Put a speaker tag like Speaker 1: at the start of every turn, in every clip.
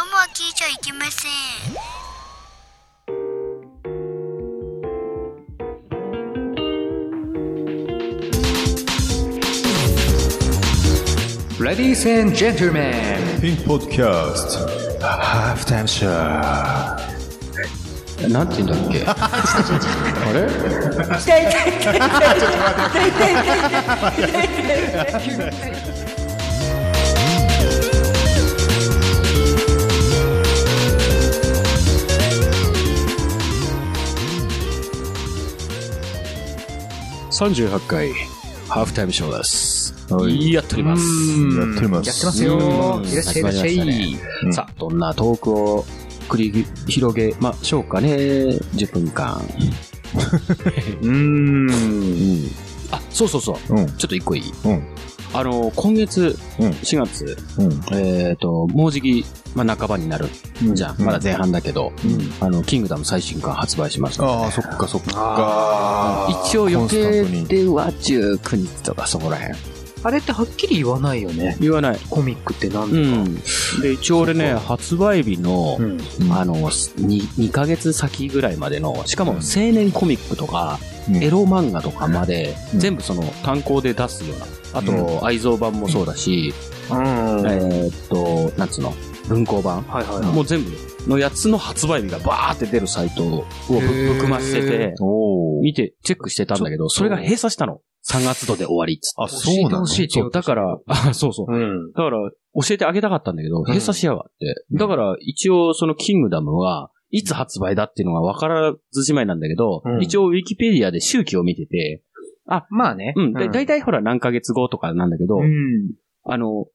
Speaker 1: ゃいけません
Speaker 2: レディース and ジェントルメン
Speaker 3: Pink Podcast Half Time Show
Speaker 2: なんて言うんだっけあれ
Speaker 4: 38回ハーフタイムショーです。やっております。
Speaker 3: やってます
Speaker 2: やってますよ
Speaker 3: うん
Speaker 2: いらっしゃいいらっしゃ
Speaker 4: 始まりま
Speaker 2: い、
Speaker 3: うん
Speaker 4: さあ、どんなトークを繰り広げましょうかね。10分間。
Speaker 2: うん
Speaker 3: うん
Speaker 4: あ、そうそうそう。
Speaker 3: うん
Speaker 4: ちょっと一個いい。
Speaker 3: うん
Speaker 4: あの、今月、
Speaker 3: うん
Speaker 4: 4月、
Speaker 3: うん
Speaker 4: えっ、と、もうじき、まあ、半ばになるじゃん。
Speaker 3: うん
Speaker 4: まだ前半だけど、
Speaker 3: うん
Speaker 4: あの、キングダム最新刊発売しましたので、
Speaker 3: ああそっかそっか
Speaker 4: 一応予定
Speaker 3: コンスタントに
Speaker 4: では19日とかそこらへん。
Speaker 5: あれってはっきり言わないよね。
Speaker 4: 言わない。
Speaker 5: コミックってなんだ
Speaker 4: う
Speaker 5: か。
Speaker 4: ん。で、一応俺ね、発売日の、
Speaker 5: うん。
Speaker 4: あの、2, 2ヶ月先ぐらいまでの、しかも
Speaker 3: うん
Speaker 4: 青年コミックとか、
Speaker 3: うん
Speaker 4: エロ漫画とかまで、
Speaker 3: うん
Speaker 4: 全部その単行で出すような。あ
Speaker 3: う
Speaker 4: と、愛蔵版もそうだし、
Speaker 5: うん。はい
Speaker 4: えーっと、なんつうの、文庫版
Speaker 5: はいはい。
Speaker 4: もう全部のやつの発売日がバーって出るサイトをぶ
Speaker 5: ー
Speaker 4: ぶくましてて、
Speaker 3: おー
Speaker 4: 見て、チェックしてたんだけど、それが閉鎖したの。3月度で終わりっつって。
Speaker 3: あそうなの
Speaker 5: 教えて
Speaker 4: そう、
Speaker 5: よ。
Speaker 4: だから、 あそうそう。
Speaker 5: うん。
Speaker 4: だから、教えてあげたかったんだけど、閉鎖しやがって。だから、一応、その、キングダムは、いつ発売だっていうのが分からずじまいなんだけど、
Speaker 5: うん
Speaker 4: 一応、ウィキペディアで周期を見てて、
Speaker 5: まあね。
Speaker 4: うん、だだいたいほら、何ヶ月後とかなんだけど、
Speaker 5: うん。
Speaker 4: あの、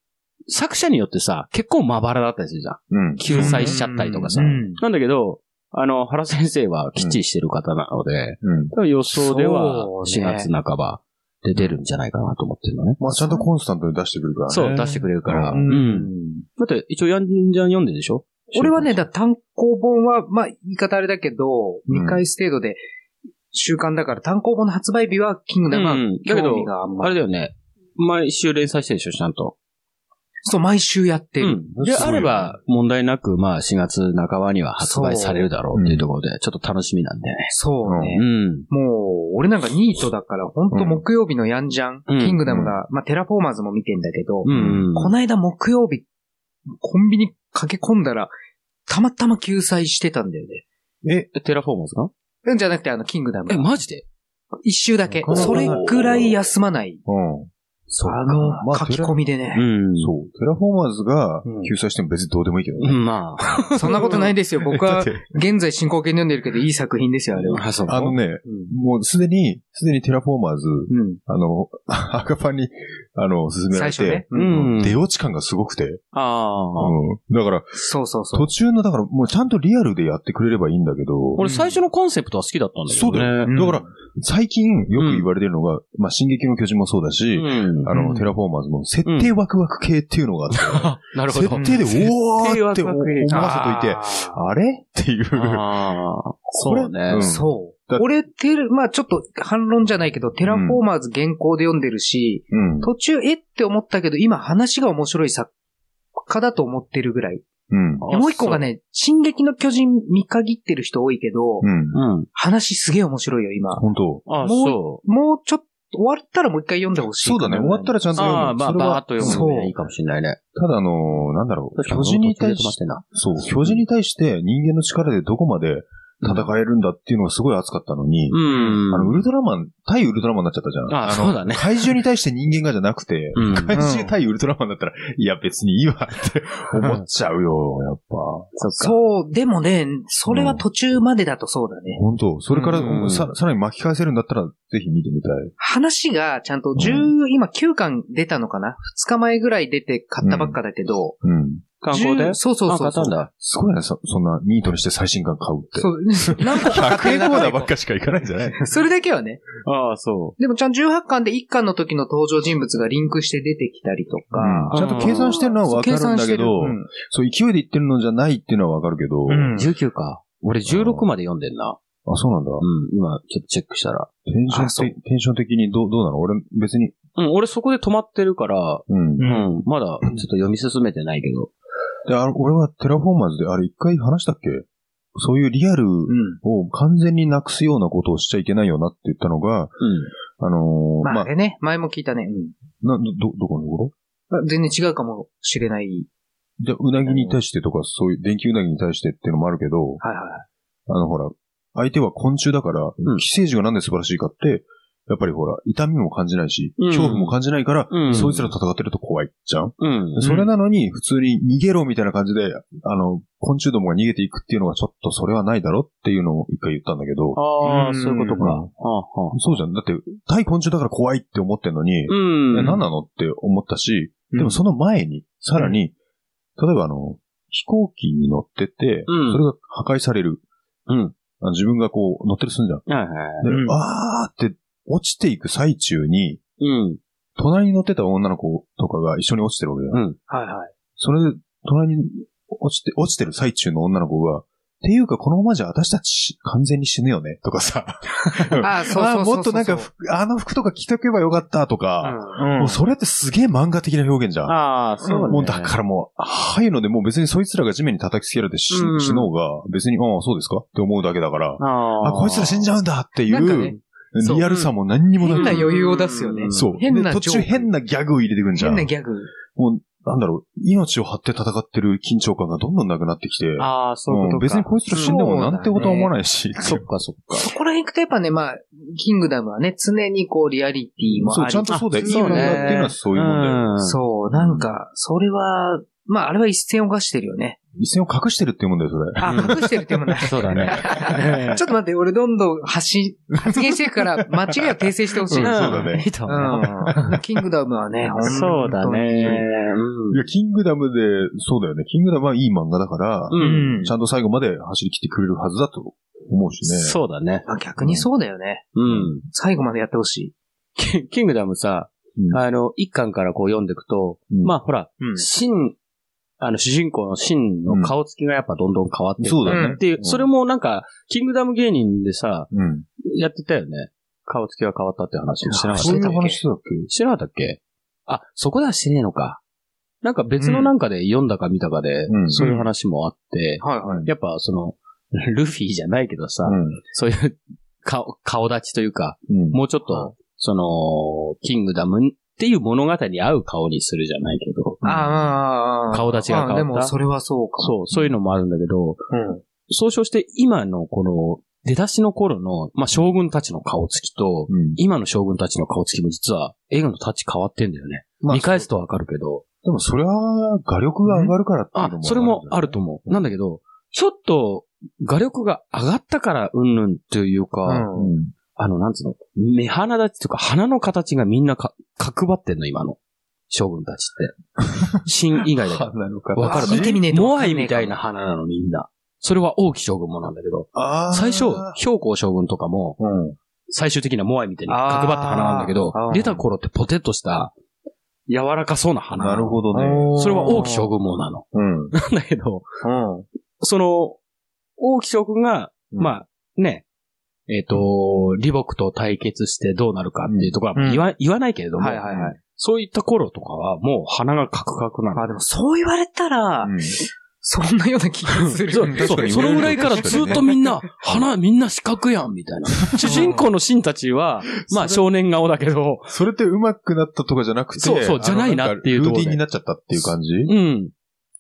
Speaker 4: 作者によってさ、結構まばらだったりするじゃん。
Speaker 3: うん
Speaker 4: 救済しちゃったりとかさ。
Speaker 5: うん
Speaker 4: なんだけど、あの、原先生はきっちりしてる方なので、
Speaker 3: うん
Speaker 4: 多分予想では、
Speaker 5: そう
Speaker 4: 4
Speaker 5: ね
Speaker 4: 月半ばで出るんじゃないかなと思ってるのね。
Speaker 3: まあちゃんとコンスタントに出してくるからね
Speaker 4: そう、出してくれるから。
Speaker 3: うん
Speaker 4: うん。だって、一応、ヤンジャン読んでるでしょ
Speaker 5: 俺はね、だから単行本は、まあ、言い方あれだけど、
Speaker 3: うん
Speaker 5: 2回ス程度で、週刊だから単行本の発売日はキングダムは
Speaker 4: うんだけど
Speaker 5: 興味があん
Speaker 4: あ
Speaker 5: まり。
Speaker 4: れだよね。毎週連載してるでしょ、ちゃんと。
Speaker 5: そう、毎週やってる。
Speaker 4: うんで、
Speaker 3: すごい
Speaker 4: あれば、問題なく、まあ、4月半ばには発売されるだろうっていうところで、ちょっと楽しみなんだよね。
Speaker 5: そうね。
Speaker 4: うん。
Speaker 5: もう、俺なんかニートだから、ほんと木曜日のやんじゃん、
Speaker 4: うん
Speaker 5: キングダムが、まあ、テラフォーマーズも見てんだけど、
Speaker 4: うん。
Speaker 5: こないだ木曜日、コンビニ駆け込んだら、たまたま救済してたんだよね。
Speaker 3: え
Speaker 4: テラフォーマーズか
Speaker 5: うんじゃなくて、あの、キングダ
Speaker 4: え、
Speaker 5: ム。
Speaker 4: マジで
Speaker 5: 一周だけ
Speaker 3: こ。の
Speaker 5: それぐらい休まない。
Speaker 3: うん
Speaker 4: そ
Speaker 5: あ
Speaker 3: ま
Speaker 5: の、
Speaker 3: あ
Speaker 5: 書き込みでね。
Speaker 4: ん
Speaker 3: そうテラフォーマーズが
Speaker 5: うん
Speaker 3: 救済しても別にどうでもいいけど
Speaker 4: う
Speaker 3: ね
Speaker 4: ん。まあ。
Speaker 5: そんなことない ですよ。僕
Speaker 3: だっ
Speaker 5: は
Speaker 3: て、
Speaker 5: 現在進行形に読んでるけど、いい作品ですよ、あれは。
Speaker 4: あ、そう。
Speaker 3: あのね
Speaker 5: うん
Speaker 3: もうすでにすでにテラフォーマーズ
Speaker 5: うん。
Speaker 3: あの、 赤パンに、あの、勧めら
Speaker 5: 最
Speaker 3: れ
Speaker 5: 初ね
Speaker 3: て、。
Speaker 4: う
Speaker 5: うん
Speaker 4: ん。
Speaker 3: 出落ち感がすごくて、
Speaker 4: ああ。
Speaker 3: うんだから、
Speaker 5: そうそうそう
Speaker 3: 途。中の、だから、もうちゃんとリアルでやってくれればいいんだけど、
Speaker 4: 俺、最初のコンセプトは好きだったんだけ
Speaker 3: そう
Speaker 4: ど
Speaker 3: だよ。
Speaker 4: ね。
Speaker 3: だから、最近よく言われてるのが、まあ、進撃の巨人もそうだし、
Speaker 4: うん。
Speaker 3: あ
Speaker 5: うん
Speaker 3: の、テラフォーマーズも、設定ワクワク系っていうの があって、
Speaker 4: なるほ
Speaker 3: 設
Speaker 4: ど。
Speaker 3: 定で、おーって
Speaker 4: 設定ワク
Speaker 3: 思
Speaker 4: ワク系
Speaker 3: わせといて、
Speaker 5: あ
Speaker 3: あれっていう。
Speaker 4: ああ。そうね
Speaker 3: これ。
Speaker 5: ー
Speaker 3: うん
Speaker 5: そう
Speaker 3: だ。
Speaker 5: 俺、テル、まあちょっと反論じゃないけど、テラフォーマーズ原稿で読んでるし、
Speaker 3: うん。
Speaker 5: 途中、えって思ったけど、今話が面白い作家だと思ってるぐらい。
Speaker 3: うん。
Speaker 4: あ
Speaker 5: もう一個がね、進撃の巨人見限ってる人多いけど、
Speaker 3: うん。
Speaker 4: うん。
Speaker 5: 話すげえ面白いよ、今。
Speaker 3: 本当
Speaker 5: も
Speaker 4: あ、
Speaker 5: う
Speaker 4: そ
Speaker 5: もうちょっと、終わったらもう一回読んでほしい。
Speaker 3: そうだね。終わった
Speaker 5: ら。
Speaker 3: らちゃん
Speaker 4: う。
Speaker 3: と読む。
Speaker 4: ああ、まあ、
Speaker 3: それは
Speaker 4: バーっと読むの
Speaker 5: そう
Speaker 4: ねいいかもしれないね。
Speaker 3: ただ、あの、なんだろう。
Speaker 4: 確か
Speaker 3: 巨人に対
Speaker 4: 止まっ
Speaker 3: して
Speaker 4: んな。
Speaker 3: そう、巨人に対して人間の力でどこまで戦えるんだっていうのがすごい熱かったのに、
Speaker 4: うん。
Speaker 3: あの、ウルトラマン、対ウルトラマンになっちゃったじゃん。
Speaker 4: あ
Speaker 3: の
Speaker 4: そうだね
Speaker 3: 怪獣に対して人間がじゃなくて、
Speaker 4: うん
Speaker 3: 怪獣対ウルトラマンだったら、いや別にいいわって思っちゃうよ、やっぱ。
Speaker 5: そう、でもね、それは途中までだとそうだね。
Speaker 3: 本当それから、
Speaker 4: うん
Speaker 3: さ、さらに巻き返せるんだったら、ぜひ見てみたい。
Speaker 5: 話がちゃんと10、今9巻出たのかな ?2 日前ぐらい出て買ったばっかだけど、
Speaker 3: うん。
Speaker 4: 観光で
Speaker 5: 10そうそうそ
Speaker 4: あ、買
Speaker 5: う
Speaker 4: っ
Speaker 5: そ
Speaker 4: た
Speaker 5: う。
Speaker 4: んだ。
Speaker 3: すごいね、そそんな、ニートにして最新刊買うって
Speaker 5: そ。 う。何個か
Speaker 3: 100
Speaker 5: 買
Speaker 3: 円
Speaker 5: って
Speaker 3: コー
Speaker 5: な
Speaker 3: ナ
Speaker 5: か
Speaker 3: ーば
Speaker 5: っ
Speaker 3: っかしか行かないんじゃない
Speaker 5: た。それだけはね。
Speaker 4: ああ、そ
Speaker 5: でもちゃんと18巻で1巻の時の登場人物がリンクして出てきたりとか。
Speaker 3: うんちゃんと計算してるのはわかるんだけど、そう、勢いで言ってるのじゃないっていうのはわかるけど、
Speaker 5: うん
Speaker 4: う。19か。俺16まで読んでんな。
Speaker 3: あ、そうなんだ。
Speaker 4: うん、今ちょっとチェックしたら。
Speaker 3: テンション
Speaker 5: あそう
Speaker 3: て、テンション的にどう、どうなの俺、別に。
Speaker 4: うん、俺そこで止まってるから、
Speaker 3: うん。
Speaker 4: うん、まだちょっと読み進めてないけど。
Speaker 3: であの俺はテラフォーマーズで、あれ一回話したっけそういうリアル
Speaker 5: うん。
Speaker 3: を完全になくすようなことをしちゃいけないよなって言ったのが、あのー
Speaker 5: まあ、
Speaker 3: ま
Speaker 5: あ
Speaker 3: あ、
Speaker 5: れね、前も聞いたね。う
Speaker 3: など、どこの頃
Speaker 5: ん。全然違うかもしれない。
Speaker 3: じゃあうなぎに対してとか、そういう、電気うなぎに対してっていうのもあるけど、
Speaker 5: はいは
Speaker 3: あのほら、相手は昆虫だから、
Speaker 4: ん
Speaker 3: 寄生獣がなんで素晴らしいかって、やっぱりほら、痛みも感じないし、
Speaker 4: うん
Speaker 3: 恐怖も感じないから、
Speaker 4: うん
Speaker 3: そいつら戦ってると怖いじゃん、
Speaker 4: うん。
Speaker 3: それなのに、普通に逃げろみたいな感じで、あの、昆虫どもが逃げていくっていうのはちょっとそれはないだろっていうのを一回言ったんだけど、
Speaker 4: あ
Speaker 5: う
Speaker 4: あ、
Speaker 5: ん
Speaker 4: そういうことか。
Speaker 3: うん
Speaker 4: ああああ
Speaker 3: そうじゃん。だって、対昆虫だから怖いって思ってんのに、
Speaker 4: うん。
Speaker 3: え何なのって思ったし、
Speaker 5: うん
Speaker 3: でもその前に、さらに、例えばあの、飛行機に乗ってて、
Speaker 4: うん
Speaker 3: それが破壊される。
Speaker 4: うん
Speaker 3: あの自分がこう乗ってるすんじゃん。
Speaker 4: はいはい。
Speaker 3: で、
Speaker 5: うん
Speaker 3: あーって落ちていく最中に、
Speaker 4: うん。
Speaker 3: 隣に乗ってた女の子とかが一緒に落ちてるわけじゃん。
Speaker 4: うん
Speaker 5: い。はいはい。
Speaker 3: それで、隣に落ちて、落ちてる最中の女の子が、っていうかこのままじゃ私たち完全に死ぬよね、とかさ。
Speaker 5: ああ、そうそうそうそう。
Speaker 3: あーもっとなんか服、あの服とか着とけばよかったとか、
Speaker 5: うん
Speaker 3: もうそれってすげえ漫画的な表現じゃん。
Speaker 4: ああ、そうね。
Speaker 3: もうだからもう、ああいうのでもう別にそいつらが地面に叩きつけられて死,、
Speaker 4: うん
Speaker 3: 死のうが、別に、ああ、そうですかって思うだけだから、
Speaker 4: ら、あ
Speaker 3: あこいつら死んじゃうんだってい
Speaker 5: なんか
Speaker 3: う、
Speaker 5: ねそう
Speaker 3: リアルさも何にもな
Speaker 5: 変
Speaker 3: く
Speaker 5: な余裕を出すよね。
Speaker 3: そう。
Speaker 5: 変な
Speaker 3: で途
Speaker 5: ジ
Speaker 3: 中
Speaker 5: ョーク
Speaker 3: 変なギャグを入れてくんじゃん。
Speaker 5: 変なギャグ。
Speaker 3: もう、なんだろう、命を張って戦ってる緊張感がどんどんなくなってきて、
Speaker 4: ああ、そういうこ
Speaker 3: う
Speaker 4: と
Speaker 3: ん
Speaker 4: か。
Speaker 3: 別にこいつら死んでもなんてことは思わないし、
Speaker 4: そっかそっか。
Speaker 5: そこら辺行くとやっぱね、まあ、キングダムはね、常にこう、リアリティもあ
Speaker 3: そう、
Speaker 5: り。
Speaker 3: ちゃんとそうだよ。いい
Speaker 4: そう
Speaker 3: 漫
Speaker 4: ね
Speaker 3: 画っていうのはそういうもんだよ。
Speaker 4: ん
Speaker 5: そう、なんか、それは、まあ、あれは一線を画してるよね。
Speaker 3: 一線を隠してるっていうもんだよ、それ。
Speaker 5: あ、隠してるってもない。
Speaker 4: そうだね
Speaker 5: ちょっと待って、俺どんどん発信、発言してる から、間違いを訂正してほしい。
Speaker 3: うんそうだね
Speaker 4: いいと思う。
Speaker 5: うん。キングダムはね、本当に
Speaker 4: そうだね。
Speaker 3: いや、キングダムで、そうだよね。キングダムはいい漫画だから、
Speaker 4: うん。
Speaker 5: う
Speaker 4: うん。
Speaker 5: ん。
Speaker 3: ちゃんと最後まで走り切ってくれるはずだと思うしね。
Speaker 4: そうだね。
Speaker 5: まあ逆にそうだよね。
Speaker 4: うん。
Speaker 5: 最後までやってほし
Speaker 4: キキングダムさ、
Speaker 3: うん
Speaker 4: あの、一巻からこう読んでいくと、
Speaker 3: うん
Speaker 4: まあほら、
Speaker 5: い。うん
Speaker 4: シン、あの、主人公のシンの顔つきがやっぱどんどん変わって
Speaker 3: そうだ
Speaker 4: ね。
Speaker 3: よ
Speaker 5: う
Speaker 3: ね
Speaker 5: ん。
Speaker 4: っていう、
Speaker 3: ん
Speaker 4: それもなんか、キングダム芸人でさ、
Speaker 3: うん。
Speaker 4: やってたよね。顔つきが変わったって話をしてなかっ
Speaker 3: そういう
Speaker 4: たっけ
Speaker 3: 話だっけ
Speaker 4: してなかったっけあ、そこではしてねえのか。なんか別のなんかで読んだか見たかで、
Speaker 3: うん
Speaker 4: そういう話もあって、
Speaker 5: はいはい。
Speaker 3: うん
Speaker 4: やっぱその、ルフィじゃないけどさ、そういう顔、顔立ちというか、
Speaker 3: うん。うん。
Speaker 4: もうちょっと、
Speaker 5: は
Speaker 4: その、キングダムっていう物語に合う顔にするじゃないけど、
Speaker 5: ああ、
Speaker 4: 顔立ちが変わった
Speaker 5: あでも、それはそうかも。
Speaker 4: そう、そういうのもあるんだけど、
Speaker 5: うん。
Speaker 4: 総称して今のこの、出だしの頃の、まあ、将軍たちの顔つきと、
Speaker 3: うん
Speaker 4: 今の将軍たちの顔つきも実は、映画のタッチ変わってんだよね。
Speaker 3: まあ
Speaker 4: 見返すとわかるけど、
Speaker 3: でもそれは画力が上がるからっていう
Speaker 4: あ
Speaker 3: のも、
Speaker 4: それもあると思う。なんだけど、ちょっと、画力が上がったから、うんぬんというか、
Speaker 5: うん
Speaker 3: 思う。うん。
Speaker 4: あの、なんつうの、目鼻立ちというか、鼻の形がみんなか、角張ってんの、今の。将軍たちって。新以外だか
Speaker 3: なのか。
Speaker 4: ら。わかる
Speaker 5: 見てみねえと
Speaker 4: モ
Speaker 5: わか
Speaker 4: ア
Speaker 5: んねえ
Speaker 4: イみたいな鼻なの、みんな。それは王毅将軍もなんだけど、
Speaker 3: あー
Speaker 4: 最初、標高将軍とかも、
Speaker 3: うん。
Speaker 4: 最終的にはモアイみたいに角張った鼻なんだけど
Speaker 5: あーあ、ー
Speaker 4: 出た頃ってポテッとした、柔らかそうな鼻。
Speaker 3: なるほどね。
Speaker 4: それは王毅将軍もなの。
Speaker 3: うん。
Speaker 4: なんだけど、
Speaker 5: うん。
Speaker 4: その、王毅将軍が、
Speaker 3: うん
Speaker 4: まあ、ね、えっ、と、李牧と対決してどうなるかっていうところは言わ,、言わないけれども、
Speaker 5: はいはいはい。
Speaker 4: そういった頃とかはもう鼻がカクカクなの。
Speaker 5: あ、でもそう言われたら、そんなような気がする。
Speaker 4: そうそうそのぐらいからずっとみんな、鼻みんな四角やん、みたいな。主人公のシンたちは、まあ少年顔だけど、
Speaker 3: それって上手くなったとかじゃなくて、
Speaker 4: そうそうじゃないなってい
Speaker 3: あ
Speaker 4: う
Speaker 3: の
Speaker 4: と
Speaker 3: ん
Speaker 4: こ
Speaker 3: かルー
Speaker 4: ろで
Speaker 3: ティンになっちゃったっていう感じ
Speaker 4: うん。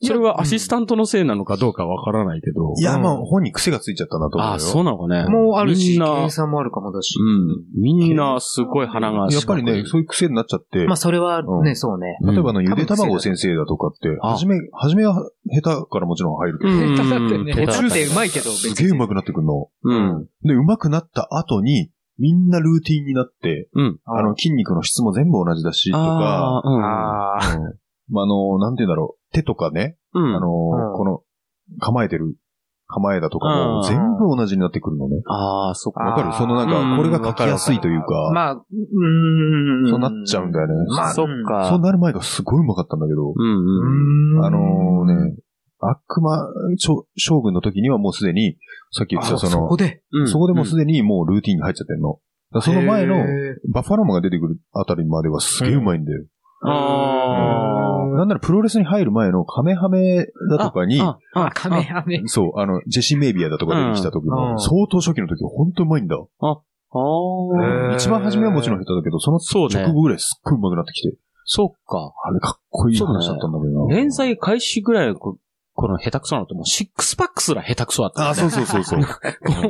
Speaker 4: それはアシスタントのせいなのかどうかわからないけど。
Speaker 3: いや、まあ、本に癖がついちゃったなと思うよ。
Speaker 4: あ、そうなのかね。
Speaker 5: もうある
Speaker 4: み
Speaker 5: し、
Speaker 4: んな、
Speaker 5: 計算もあるかもだし。
Speaker 4: うん。みんなすごい鼻が
Speaker 3: や
Speaker 4: 四
Speaker 3: っぱ
Speaker 4: 角
Speaker 3: り
Speaker 4: い。
Speaker 3: ね、そういう癖になっちゃって、
Speaker 5: まあ、それは
Speaker 3: う
Speaker 5: ね、
Speaker 3: ん
Speaker 5: そうね。
Speaker 4: うん
Speaker 3: 例えばあの、ゆで卵先生だとかって、
Speaker 4: あ
Speaker 3: はじめ、はじめは下手からもちろん入るけど、
Speaker 4: うん
Speaker 5: 下手だってね。
Speaker 4: 下手だった
Speaker 5: 途中でうまいけど、
Speaker 3: すげえ上手くなってくんの。
Speaker 4: うん。
Speaker 3: で、上手くなった後に、みんなルーティンになって、
Speaker 4: うん。
Speaker 3: あの、筋肉の質も全部同じだし、とか、
Speaker 4: あー、うん。
Speaker 5: ああ。
Speaker 3: うんまあ、あの、なんて言うんだろう、手とかね、
Speaker 4: うん
Speaker 5: う
Speaker 3: あの、
Speaker 5: ん
Speaker 3: この、構えてる構えだとか
Speaker 4: う
Speaker 3: も
Speaker 4: ん
Speaker 3: 全部同じになってくるのね。
Speaker 4: ああ、そっか。
Speaker 3: わか
Speaker 5: あ
Speaker 3: る
Speaker 5: ー
Speaker 3: そのなん
Speaker 4: うん
Speaker 3: か、これが書きやすいというか、
Speaker 5: まあ、うーん。
Speaker 3: そうなっちゃうんだよね。
Speaker 5: まあ、
Speaker 4: そっ
Speaker 5: うん。
Speaker 4: か。
Speaker 3: そうなる前がすごいうまかったんだけ
Speaker 5: う
Speaker 3: ど、
Speaker 4: うんうん。
Speaker 5: ーん
Speaker 3: あの、ね、悪魔将将軍の時にはもうすでに、さっき言
Speaker 5: あ
Speaker 3: っ
Speaker 5: そ
Speaker 3: たその、
Speaker 5: こで。
Speaker 4: うん
Speaker 3: そこでもうすでにもうルーティンに入っちゃってんの。だからその前の
Speaker 5: へー
Speaker 3: バッファローマンが出てくるあたりまではすげえうまいんだよ。
Speaker 4: あ
Speaker 3: なんならプロレスに入る前のカメハメだとかに、
Speaker 4: あ、ああ
Speaker 5: カメハメ。
Speaker 3: そう、あの、ジェシー・メイビアだとか出てきた時
Speaker 1: う
Speaker 3: も、
Speaker 1: ん
Speaker 3: 相当初期の時は本当うまいんだ。
Speaker 4: あー
Speaker 1: へー
Speaker 3: 一番初めはもちろん下手だけど、その
Speaker 4: そうね
Speaker 3: 直後ぐらいすっごいうまくなってきて、
Speaker 4: そっか。
Speaker 3: あれかっこいい話だったんだけどな。
Speaker 4: 連載開始ぐらいのここの下手くそなのってもうシックスパックすら下手くそだった。
Speaker 3: あ、そうそうそうそう。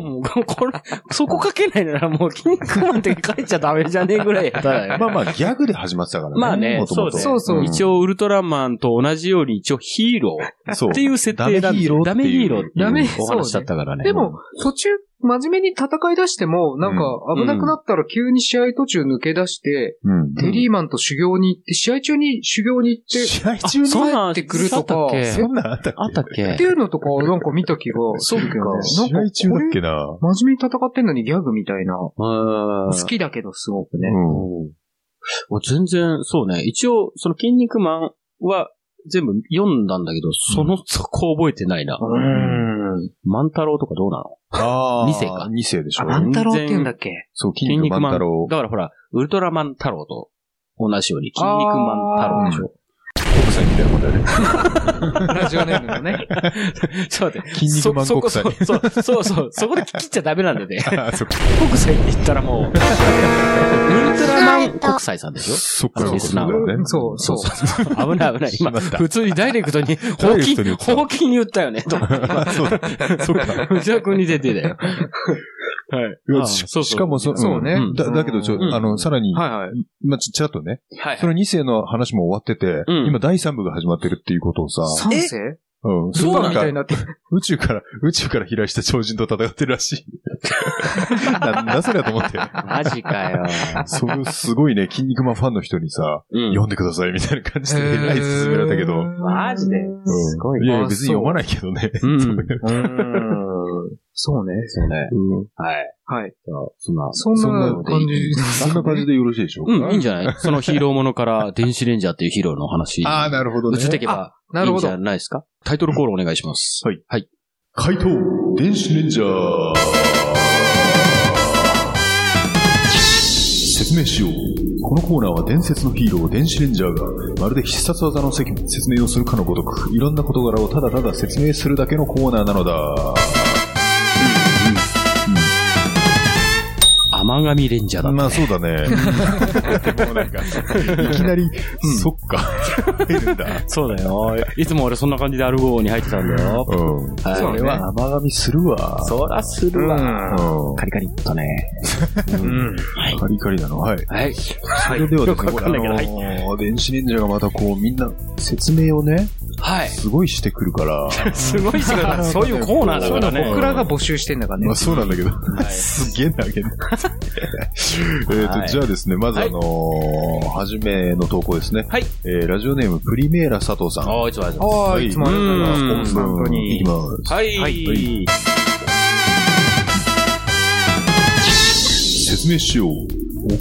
Speaker 4: もう、これ、そこ書けないならもう、キン肉マンって書いちゃダメじゃねえぐらい下手だ よね。
Speaker 3: まあまあ、ギャグで始まってたからね。
Speaker 4: まあね、
Speaker 3: 元々
Speaker 4: ね
Speaker 5: そうそう
Speaker 4: 一。応、ウルトラマンと同じように、一応ヒーロ
Speaker 3: んそう
Speaker 4: ーっていう設定なんでダ
Speaker 3: ダ
Speaker 4: メ
Speaker 3: メ
Speaker 4: ヒ
Speaker 3: ヒ
Speaker 4: ー
Speaker 3: ー
Speaker 4: ロ
Speaker 3: ロ
Speaker 4: ー
Speaker 3: ー
Speaker 4: っ
Speaker 3: ってて
Speaker 4: い
Speaker 3: いうう
Speaker 4: お話だったからね。
Speaker 5: でも、途中、真面目に戦い出しても、なんか危なくなったら急に試合途中抜け出して、
Speaker 3: うん。
Speaker 5: テリーマンと修行に行って、試合中に修行に行って、
Speaker 3: 試合中
Speaker 4: あ
Speaker 3: に
Speaker 4: そんなん
Speaker 5: 帰ってくるとか
Speaker 4: あったっけ
Speaker 3: そんなんあったっけ
Speaker 4: あったっけ
Speaker 5: っていうのとか、なんか見た気がするけどね。
Speaker 3: 試
Speaker 5: なん
Speaker 3: 合
Speaker 5: か
Speaker 3: 中だっけな。
Speaker 5: これ真面目に戦ってんのにギャグみたいな。
Speaker 4: うーん
Speaker 5: 好きだけど、すごくね。
Speaker 3: うん。
Speaker 4: うんお全然、そうね。一応、その、筋肉マンは、全部読んだんだけど、その、そこ覚えてないな。
Speaker 5: うん。
Speaker 4: 万太郎とかどうなの
Speaker 3: ああ。
Speaker 4: 二世か
Speaker 3: 二世でし
Speaker 5: あ、
Speaker 3: ょ。
Speaker 5: 万太郎って言うんだっけ
Speaker 3: そう、筋肉マン太郎
Speaker 4: だ。からほら、ウルトラマン太郎と同じように、筋肉マン太郎でしょ。
Speaker 3: 国際みたいなもんだよね。
Speaker 5: ラジオネームのね。
Speaker 4: ちょっと待って。
Speaker 3: 筋肉マン国際
Speaker 4: そ。そこそうそうそう。そこで切っちゃダメなんだよね。
Speaker 3: あ、そっか。
Speaker 4: 国際って言ったらもう、ウルトラマン国際さん でしょ
Speaker 3: そっ
Speaker 4: あ
Speaker 3: か、
Speaker 4: の
Speaker 3: そう
Speaker 4: リスナーは
Speaker 3: そうだよね。
Speaker 5: そうそう
Speaker 3: そう。
Speaker 4: 危ない危ない。今、
Speaker 3: しまった
Speaker 4: 普通にダイレクトに、ほ
Speaker 3: ダ
Speaker 4: う
Speaker 3: イレ
Speaker 4: き
Speaker 3: クトに言ってた
Speaker 4: に言ったよね、と思って。
Speaker 3: あそう だ。そっか。
Speaker 4: 藤原君に出てたよ。はい。
Speaker 3: うわ
Speaker 4: あ
Speaker 3: し
Speaker 4: そうそう
Speaker 3: しかもそ、
Speaker 5: そうね
Speaker 3: んだ、だけど、ち
Speaker 5: う
Speaker 3: ょ、
Speaker 5: ん
Speaker 3: あの、さらに、
Speaker 5: はいはい。
Speaker 3: 今、ちちらっとね、
Speaker 4: はい
Speaker 3: そ。の2世の話も終わってて、
Speaker 4: うん
Speaker 3: 今第3部が始まってるっていうことをさ、
Speaker 5: 三世
Speaker 3: うん、
Speaker 5: ス
Speaker 3: そ
Speaker 5: パ
Speaker 3: う
Speaker 5: ナ
Speaker 3: な
Speaker 5: み
Speaker 3: ん
Speaker 5: た
Speaker 3: か
Speaker 5: いに、なって。
Speaker 3: 宇宙から、宇宙から飛来した超人と戦ってるらしい。なんだそれやと思って。
Speaker 4: マジかよ。
Speaker 3: それすごいね、筋肉マンファンの人にさ、
Speaker 4: うん
Speaker 3: 読んでくださいみたいな感じで、えらい勧められたけど。
Speaker 4: マジで
Speaker 3: うん
Speaker 4: すごい
Speaker 3: いやい
Speaker 5: あ
Speaker 3: や、別に読まないけどね。
Speaker 4: うん
Speaker 3: そう
Speaker 5: うん。そうね。
Speaker 4: そうね。はい。
Speaker 5: はい。
Speaker 4: じゃあそんな。
Speaker 5: そん
Speaker 3: そんな
Speaker 5: な感じ。
Speaker 3: そんな感じでよろしいでしょうか。
Speaker 4: うん、いいんじゃ ないそのヒーローものから、電子レンジャーっていうヒーローの話。
Speaker 3: ああ、なるほどね。
Speaker 4: 移っていけば
Speaker 5: ないる
Speaker 4: いん
Speaker 5: ほ
Speaker 4: じ
Speaker 5: ど。
Speaker 4: ゃないですかタイトルコールお願いします。
Speaker 3: はい。
Speaker 4: はい。
Speaker 3: 怪盗、電子レンジャー。説明しよう。このコーナーは伝説のヒーロー、電子レンジャーが、まるで必殺技の説明をするかのごとく、いろんな事柄をただただ説明するだけのコーナーなのだ。
Speaker 4: 甘神レンジャーだっ
Speaker 3: まあそうだ ね。でもなんか、いきなり、そっか、入るんだ
Speaker 4: た。。そうだよ。いつも俺そんな感じでアルゴーに入ってたんだよ。
Speaker 3: うん。
Speaker 4: はい
Speaker 5: そうね
Speaker 3: れは甘噛みするわ。
Speaker 4: そらするわ。
Speaker 3: うん。
Speaker 4: カリカリっとね。
Speaker 5: うん。
Speaker 3: カリカリなの。はい。
Speaker 4: はい。
Speaker 3: それではで
Speaker 4: よく
Speaker 3: すね、
Speaker 4: わか
Speaker 3: あ
Speaker 4: んないけど
Speaker 3: のー、電子レンジャーがまたこう、みんな説明をね、
Speaker 4: はい。
Speaker 3: すごいしてくるから、
Speaker 4: すごい仕事だ。そういうコーナーだからね。
Speaker 5: 僕らが募集してんだからね
Speaker 3: まあ。そうなんだけど、
Speaker 4: はい
Speaker 3: すげえな、げ えな。えっ
Speaker 4: は
Speaker 3: と、
Speaker 4: い
Speaker 3: じゃあですね、まず
Speaker 4: は
Speaker 3: あ
Speaker 4: い
Speaker 3: のー、はじめの投稿ですね。
Speaker 4: はい。
Speaker 3: えーラジオネーム、プリメーラ佐藤さん。
Speaker 4: ああ、いつもありがとうござい
Speaker 5: ああ、いつもありがとうございます。
Speaker 3: うん
Speaker 5: 本当に。
Speaker 3: いきます。
Speaker 4: ます。はい。はい。
Speaker 3: 説明しよう。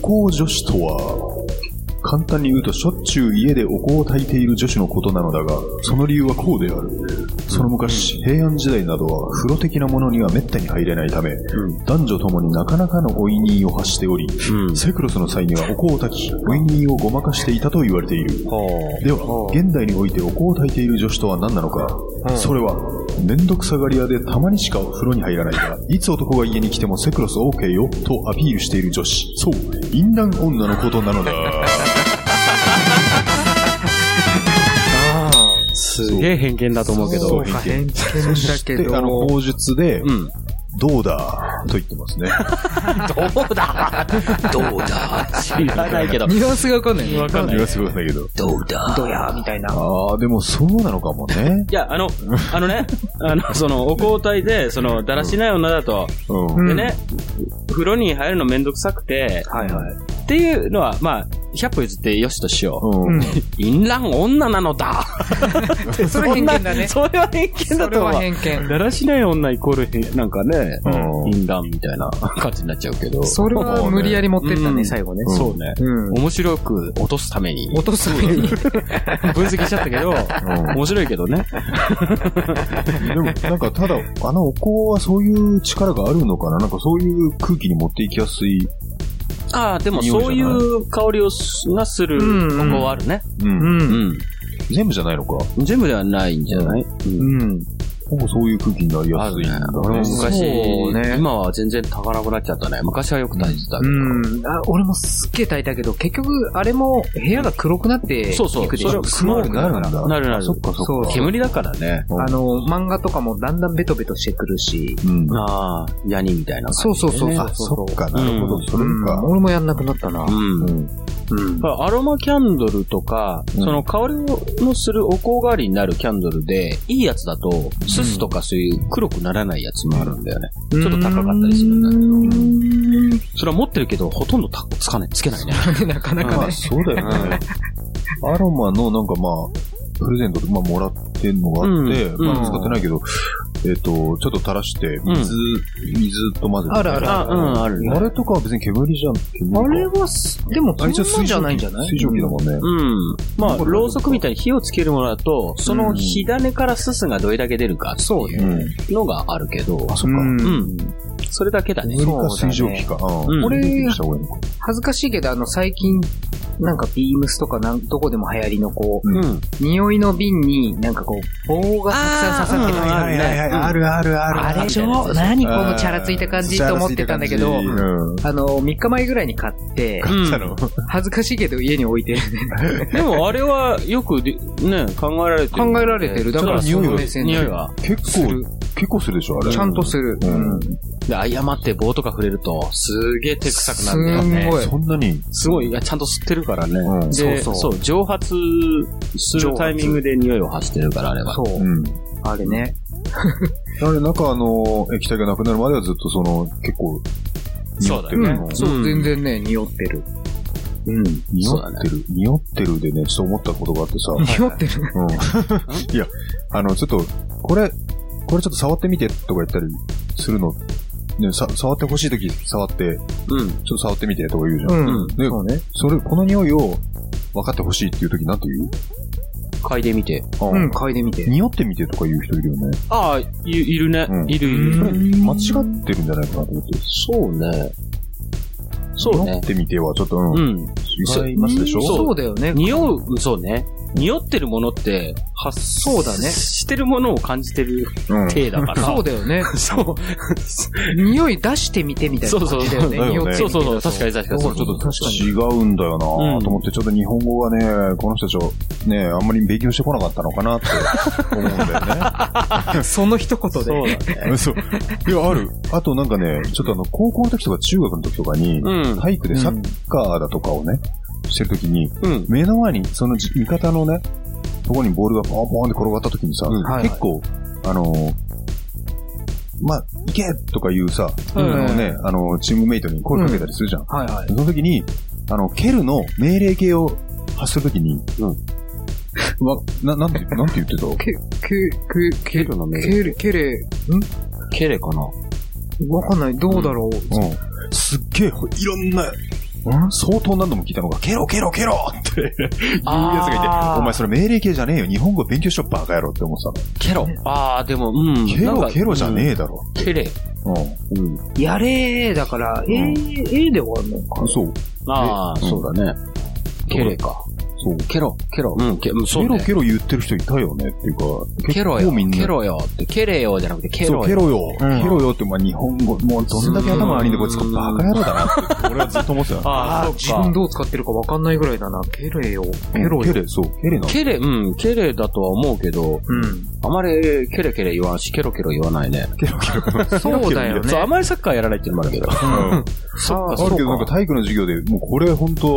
Speaker 3: お香女子とは、簡単に言うとしょっちゅう家でお香を焚いている女子のことなのだが、その理由はこうである。その昔、平安時代などは風呂的なものには滅多に入れないため、男女ともになかなかのおいにを発しており、
Speaker 4: うん。
Speaker 3: セクロスの際にはお香を焚き、おいにをごまかしていたと言われている。では、現代においてお香を焚いている女子とは何なのか、それは、めんどくさがり屋でたまにしかお風呂に入らないが、いつ男が家に来てもセクロス OK よとアピールしている女子、そう、淫乱女のことなのだ。
Speaker 4: すげえ偏見だと思うけ
Speaker 5: そ
Speaker 4: ど
Speaker 5: う。か、偏見だけ
Speaker 3: で、
Speaker 5: ど。
Speaker 3: あの、口述で
Speaker 4: う、ん。
Speaker 3: どうだと言ってますね。
Speaker 4: どうだどうだ知らないけど。
Speaker 5: ニュアンスがわかんないね。
Speaker 4: わかんない
Speaker 3: 言。わせてくださいけど。
Speaker 4: どうだ
Speaker 5: どやーみたいな。
Speaker 3: ああ、でもそうなのかも ね。
Speaker 4: いや、あの、あのね、あの、その、お交代で、その、だらしない女だと、
Speaker 3: うん。
Speaker 4: でね、風呂に入るのめんどくさくて、
Speaker 5: はいはい。
Speaker 4: っていうのは、まあ、100歩譲ってよしとしよ
Speaker 3: うん。
Speaker 4: う。淫乱女なのだ
Speaker 5: それ偏見だね。
Speaker 4: それは偏見だ
Speaker 5: それ
Speaker 4: と
Speaker 5: は
Speaker 4: 思う。
Speaker 5: 偏見。
Speaker 4: だらしない女イコール、なんかね、
Speaker 3: うん
Speaker 4: 淫乱みたいな 感じになっちゃうけど。
Speaker 5: それは無理やり持ってった
Speaker 4: う
Speaker 5: ね、
Speaker 4: ん
Speaker 5: 最後ね。
Speaker 4: そうね。
Speaker 5: うん。
Speaker 4: 面白く落とすために。
Speaker 5: 落とすために。
Speaker 4: 分析しちゃったけど、面白いけどね。
Speaker 3: でも、なんか、ただ、あのお香はそういう力があるのかななんかそういう空気に持っていきやすい。
Speaker 4: ああ、でも
Speaker 3: 匂いじ
Speaker 4: そ
Speaker 3: ゃ
Speaker 4: う
Speaker 3: ない
Speaker 4: いう香りをすがする
Speaker 5: うんうん
Speaker 4: ここはあるね。
Speaker 3: う。
Speaker 5: うん。
Speaker 4: うんん。
Speaker 3: 全部じゃないのか。
Speaker 4: 全部ではないんじゃない、うん
Speaker 5: うん。
Speaker 3: なんかそういう空気になりや
Speaker 4: あ
Speaker 3: す
Speaker 4: る
Speaker 3: いん
Speaker 4: ね
Speaker 3: だ。
Speaker 4: 俺も昔、
Speaker 5: そうね
Speaker 4: 今は全然炊かなくなっちゃったね。昔はよく炊いてたけど。
Speaker 5: うん。あ、俺もすっげえ炊いたけど、結局、あれも部屋が黒くなっていくでし
Speaker 4: そ
Speaker 5: ょ、
Speaker 4: うそう
Speaker 3: それはスモークなるんだ。
Speaker 4: なるなる。
Speaker 3: そっかそっか。
Speaker 5: そう
Speaker 4: 煙だからね。
Speaker 5: あの、漫画とかもだんだんベトベトしてくるし。
Speaker 3: うん。
Speaker 4: ああ、ヤニみたいな
Speaker 5: そ
Speaker 4: 感
Speaker 5: う
Speaker 4: じで
Speaker 5: そ
Speaker 4: ね、
Speaker 5: うそう。
Speaker 3: あ、そっか、なるほ
Speaker 4: う
Speaker 3: ど。
Speaker 4: ん
Speaker 3: それ
Speaker 5: うん
Speaker 3: か。
Speaker 5: 俺もやんなくなったな。
Speaker 4: うん。
Speaker 3: うん。
Speaker 5: うん
Speaker 4: だからアロマキャンドルとか、
Speaker 3: うん
Speaker 4: その香りのするお香代わりになるキャンドルで、いいやつだと、ススとかそういう黒くならないやつもあるんだよね。ちょっと高かったりするんだけどそれは持ってるけど、ほとんどたつかない、つ けないね。
Speaker 5: けど。なかな
Speaker 3: ま
Speaker 5: か
Speaker 3: あ、
Speaker 5: ね。
Speaker 3: そうだよね。アロマのなんかまあ、プレゼントで、まあ、もらってんのがあって、
Speaker 4: うん
Speaker 3: ま
Speaker 5: うん
Speaker 3: あ、使ってないけど、えっと、ちょっと垂らして、水、水と混ぜて。
Speaker 5: あるある
Speaker 4: あ、うん、あるね
Speaker 3: あ。れとかは別に煙じゃん。煙か
Speaker 5: あれはす、でも、そ
Speaker 3: あれ
Speaker 5: んなんじゃないんじゃない
Speaker 3: 水蒸気だもんね。
Speaker 4: うん。まあ、ろうそくみたいに火をつけるものだと、その火種からススがどれだけ出るかっていうのがあるけど、
Speaker 3: あ、そっか。
Speaker 5: うん
Speaker 4: うん。それだけだね。
Speaker 3: 煙か水蒸気か。
Speaker 4: う
Speaker 3: うんん。
Speaker 5: 俺
Speaker 3: 出てきた方がいいのか
Speaker 5: 恥ずかしいけど、あの、最近、なんか、ビームスとかなん、どこでも流行りの、こ
Speaker 4: うん。
Speaker 5: う、匂いの瓶に、なんかこう、棒がたくさん刺さってる。
Speaker 4: あるねうん
Speaker 3: るある
Speaker 5: あれでしょ何このチャラついた感じと思ってたんだけど
Speaker 3: う、ん。
Speaker 5: あの、3日前ぐらいに買 って、
Speaker 4: うん
Speaker 3: だろ
Speaker 5: 恥ずかしいけど家に置いてる。
Speaker 4: でも、あれはよくでね、考えられてる。
Speaker 5: 考えられてる。だから、
Speaker 3: ちょ
Speaker 5: そ
Speaker 3: っと匂い
Speaker 5: の
Speaker 3: は
Speaker 5: 目線で
Speaker 4: 匂いは。
Speaker 3: 結
Speaker 5: す
Speaker 3: 構
Speaker 5: る。
Speaker 3: 結構するでしょ、あれ。
Speaker 5: ちゃんとする。
Speaker 3: うん
Speaker 4: で、誤って棒とか触れると、すげえ手臭くなるんだよ
Speaker 5: すん
Speaker 4: ね。
Speaker 5: ごい。
Speaker 3: そんなに。
Speaker 4: すごい、いや、ちゃんと吸ってるからね。
Speaker 3: うん
Speaker 4: で、
Speaker 5: そ
Speaker 4: そうう
Speaker 5: そう
Speaker 4: 蒸発するタイミングで匂いを発してるから、あれは。
Speaker 5: そうう。
Speaker 3: ん。
Speaker 5: あれね。
Speaker 3: あれ、なんかあの、液体がなくなるまではずっとその、結構、匂ってる
Speaker 5: う
Speaker 4: そ
Speaker 3: の
Speaker 4: だ
Speaker 5: ん。そう、
Speaker 4: うん
Speaker 5: 全然ね、匂ってる。うん。
Speaker 3: 匂ってる、匂ってるでね、ちょっと思ったことがあってさ、
Speaker 5: 匂ってる。
Speaker 3: うん。いや、あの、ちょっと、これ、これちょっと触ってみてとか言ったりするの、ね、さ、触ってほしいとき触って、
Speaker 4: うん。
Speaker 3: ちょっと触ってみてとか言うじゃん。
Speaker 5: うん。
Speaker 3: で、それ、この匂いを分かってほしいっていうときなんて言う
Speaker 4: 嗅いでみて。
Speaker 3: あ
Speaker 5: うん、嗅いでみて。
Speaker 3: 匂ってみてとか言う人いるよね。
Speaker 4: ああ、いいるね。
Speaker 3: うん
Speaker 4: いるいる。
Speaker 5: うん
Speaker 3: 間違ってるんじゃないかなと思って。
Speaker 4: そうね。そう
Speaker 3: 匂
Speaker 4: ね
Speaker 3: っ。てみてはちょっと、うん、
Speaker 4: うん。
Speaker 3: 違いますでしょ
Speaker 5: うんそうだよね。
Speaker 4: 匂う、そうね。匂ってるものって、発
Speaker 5: そうだね
Speaker 4: してるものを感じてる
Speaker 3: うん。
Speaker 4: 体だから。
Speaker 5: そうだよね。
Speaker 4: そう。
Speaker 5: 匂い出してみてみたいな感じだよね。
Speaker 3: そ
Speaker 5: 匂っ
Speaker 3: うそう
Speaker 5: てみて
Speaker 4: そうそうそう。確かに確
Speaker 3: だ
Speaker 4: かに。
Speaker 3: からちょっと違うんだよな
Speaker 4: うん
Speaker 3: ぁと思って、ちょっと日本語はね、この人たちをね、あんまり勉強してこなかったのかなって思うんだ よ
Speaker 5: に。その一言で。
Speaker 3: ね。 そう。いや、ある。あとなんかね、ちょっとあの、高校の時とか中学の時とかに、
Speaker 4: うん。
Speaker 3: 体育でサッカーだとかをね、してる時に、
Speaker 4: うん。
Speaker 3: 目の前に、そのじ味方のね、とこにボールがポンポンって転がった時にさ、
Speaker 4: うん
Speaker 5: はいはい
Speaker 3: 結構、あのーまあ、行けとかいうさ、
Speaker 5: うん
Speaker 3: あのね、あのーチームメイトに声かけたりするじゃん。
Speaker 5: はいはい。
Speaker 3: その時に、あの、蹴るの命令形を発するときに、 わ、な、なんて、なんて言って た
Speaker 5: け、け、け、け、
Speaker 4: ルの目
Speaker 5: けれ、けれ、
Speaker 4: ケレかな。
Speaker 5: んわかんない。どうだろう。
Speaker 3: うん。すっげえ、ほいろんな、相当何度も聞いたのが、ケロケロケロって言うやつがい
Speaker 4: あー
Speaker 3: て、お前それ命令形じゃねえよ。日本語勉強しろバカ野郎って思って
Speaker 4: ケロ。ああ、でも、うん。
Speaker 3: たの。ケ
Speaker 4: な
Speaker 3: ロ
Speaker 4: んか
Speaker 3: ケロじゃねえだろ。
Speaker 4: うんケレ。
Speaker 3: うん。
Speaker 4: うん。
Speaker 5: やれーだから、えー、えーで終わるのか。
Speaker 3: そう。
Speaker 4: ああ、
Speaker 3: うん
Speaker 4: そうだね。ケレか。
Speaker 3: そう。
Speaker 4: ケロ、ケロ。うん、ケそ
Speaker 3: ケ
Speaker 4: う
Speaker 3: ロ
Speaker 4: ね。
Speaker 3: ケロ言ってる人いたよねっていうか、
Speaker 4: ケロ
Speaker 3: 結
Speaker 4: よ
Speaker 3: 構みん、な
Speaker 4: ケロよって、ケレよじゃなくてケ
Speaker 3: そ
Speaker 4: ロ
Speaker 3: う、ケ
Speaker 4: よ。
Speaker 3: ロよ。ケ
Speaker 4: ん
Speaker 3: ロよって、まあ日本語、もうどんだけ頭悪いんでこいつ
Speaker 4: うん
Speaker 3: バカ野郎だなって、俺はずっと思ってたの。
Speaker 4: あ
Speaker 5: あー自分どう使ってるかわかんないぐらいだな。けれよ。けろ
Speaker 3: ケ
Speaker 5: よ。
Speaker 3: レ、そう、ケレなの。
Speaker 4: ケレ、うん、ケレだとは思うけ
Speaker 5: う
Speaker 4: ど、
Speaker 5: ん。
Speaker 4: あまりケレケレ言わんし、ケロケロ言わないね。
Speaker 3: ケロケロ
Speaker 5: そうだよね。
Speaker 4: そう、あまりサッカーやらないっていうのもあるけど。
Speaker 3: うん
Speaker 4: そ
Speaker 3: あるけど、なんか体育の授業で、もうこれ本当、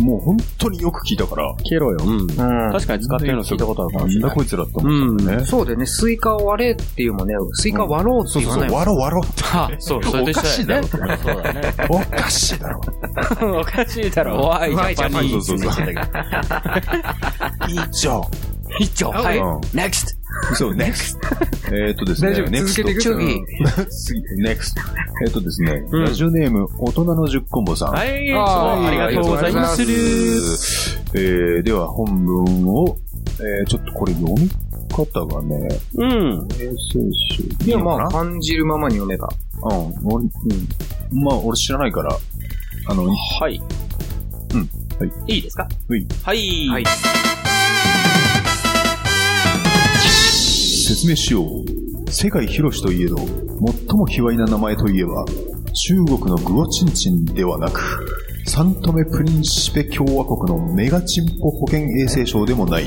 Speaker 3: もう本当によく聞いたから、
Speaker 4: ケロよ。うん。
Speaker 5: うん。
Speaker 4: 確かに使ってるの聞いたことあるか
Speaker 3: な
Speaker 4: もし
Speaker 3: ん
Speaker 4: れ
Speaker 3: だ
Speaker 4: ない。
Speaker 3: こいつらって思ったんだね。
Speaker 5: そうだよね。スイカを割れっていうもんね。スイカ割ろうって
Speaker 3: そう
Speaker 5: 言
Speaker 3: そう
Speaker 5: わな
Speaker 3: そ、
Speaker 5: いうもん。
Speaker 3: わろわろって。
Speaker 4: あ、そう、それでしたよね。そうだね。
Speaker 3: おかしいだろ。
Speaker 4: おかしいだろ。わい、ジャパニーズ。
Speaker 3: そうそうそう。以上。
Speaker 4: 一丁。はい。
Speaker 3: う
Speaker 4: NEXT!
Speaker 3: んそう、NEXT。えーっとですね。
Speaker 5: 大丈夫
Speaker 3: NEXT
Speaker 5: 続けていく次
Speaker 3: うん次、NEXT。えーっとですね、
Speaker 4: うん
Speaker 3: ラジオネーム、大人の10コンボさん。
Speaker 4: はい、
Speaker 5: あー
Speaker 4: ありがとうございま
Speaker 5: ありがとうござい
Speaker 4: す。
Speaker 3: えー、では本文を、えー、ちょっとこれ読み方がね、
Speaker 4: うん。
Speaker 3: 平成史。
Speaker 5: いや、ま
Speaker 3: いい
Speaker 5: あ、
Speaker 3: のか
Speaker 5: 感じるままに読めば。
Speaker 3: なうん、俺、うん。まあ、俺知らないから、あの、
Speaker 4: はい。
Speaker 3: うん。
Speaker 4: い。いいですか
Speaker 3: はい。
Speaker 4: はい。
Speaker 5: はい
Speaker 3: 説明しよう。世界広しといえど、最も卑猥な名前といえば、中国のグオチンチンではなく、サントメ・プリンシペ共和国のメガチンポ保健衛生省でもない、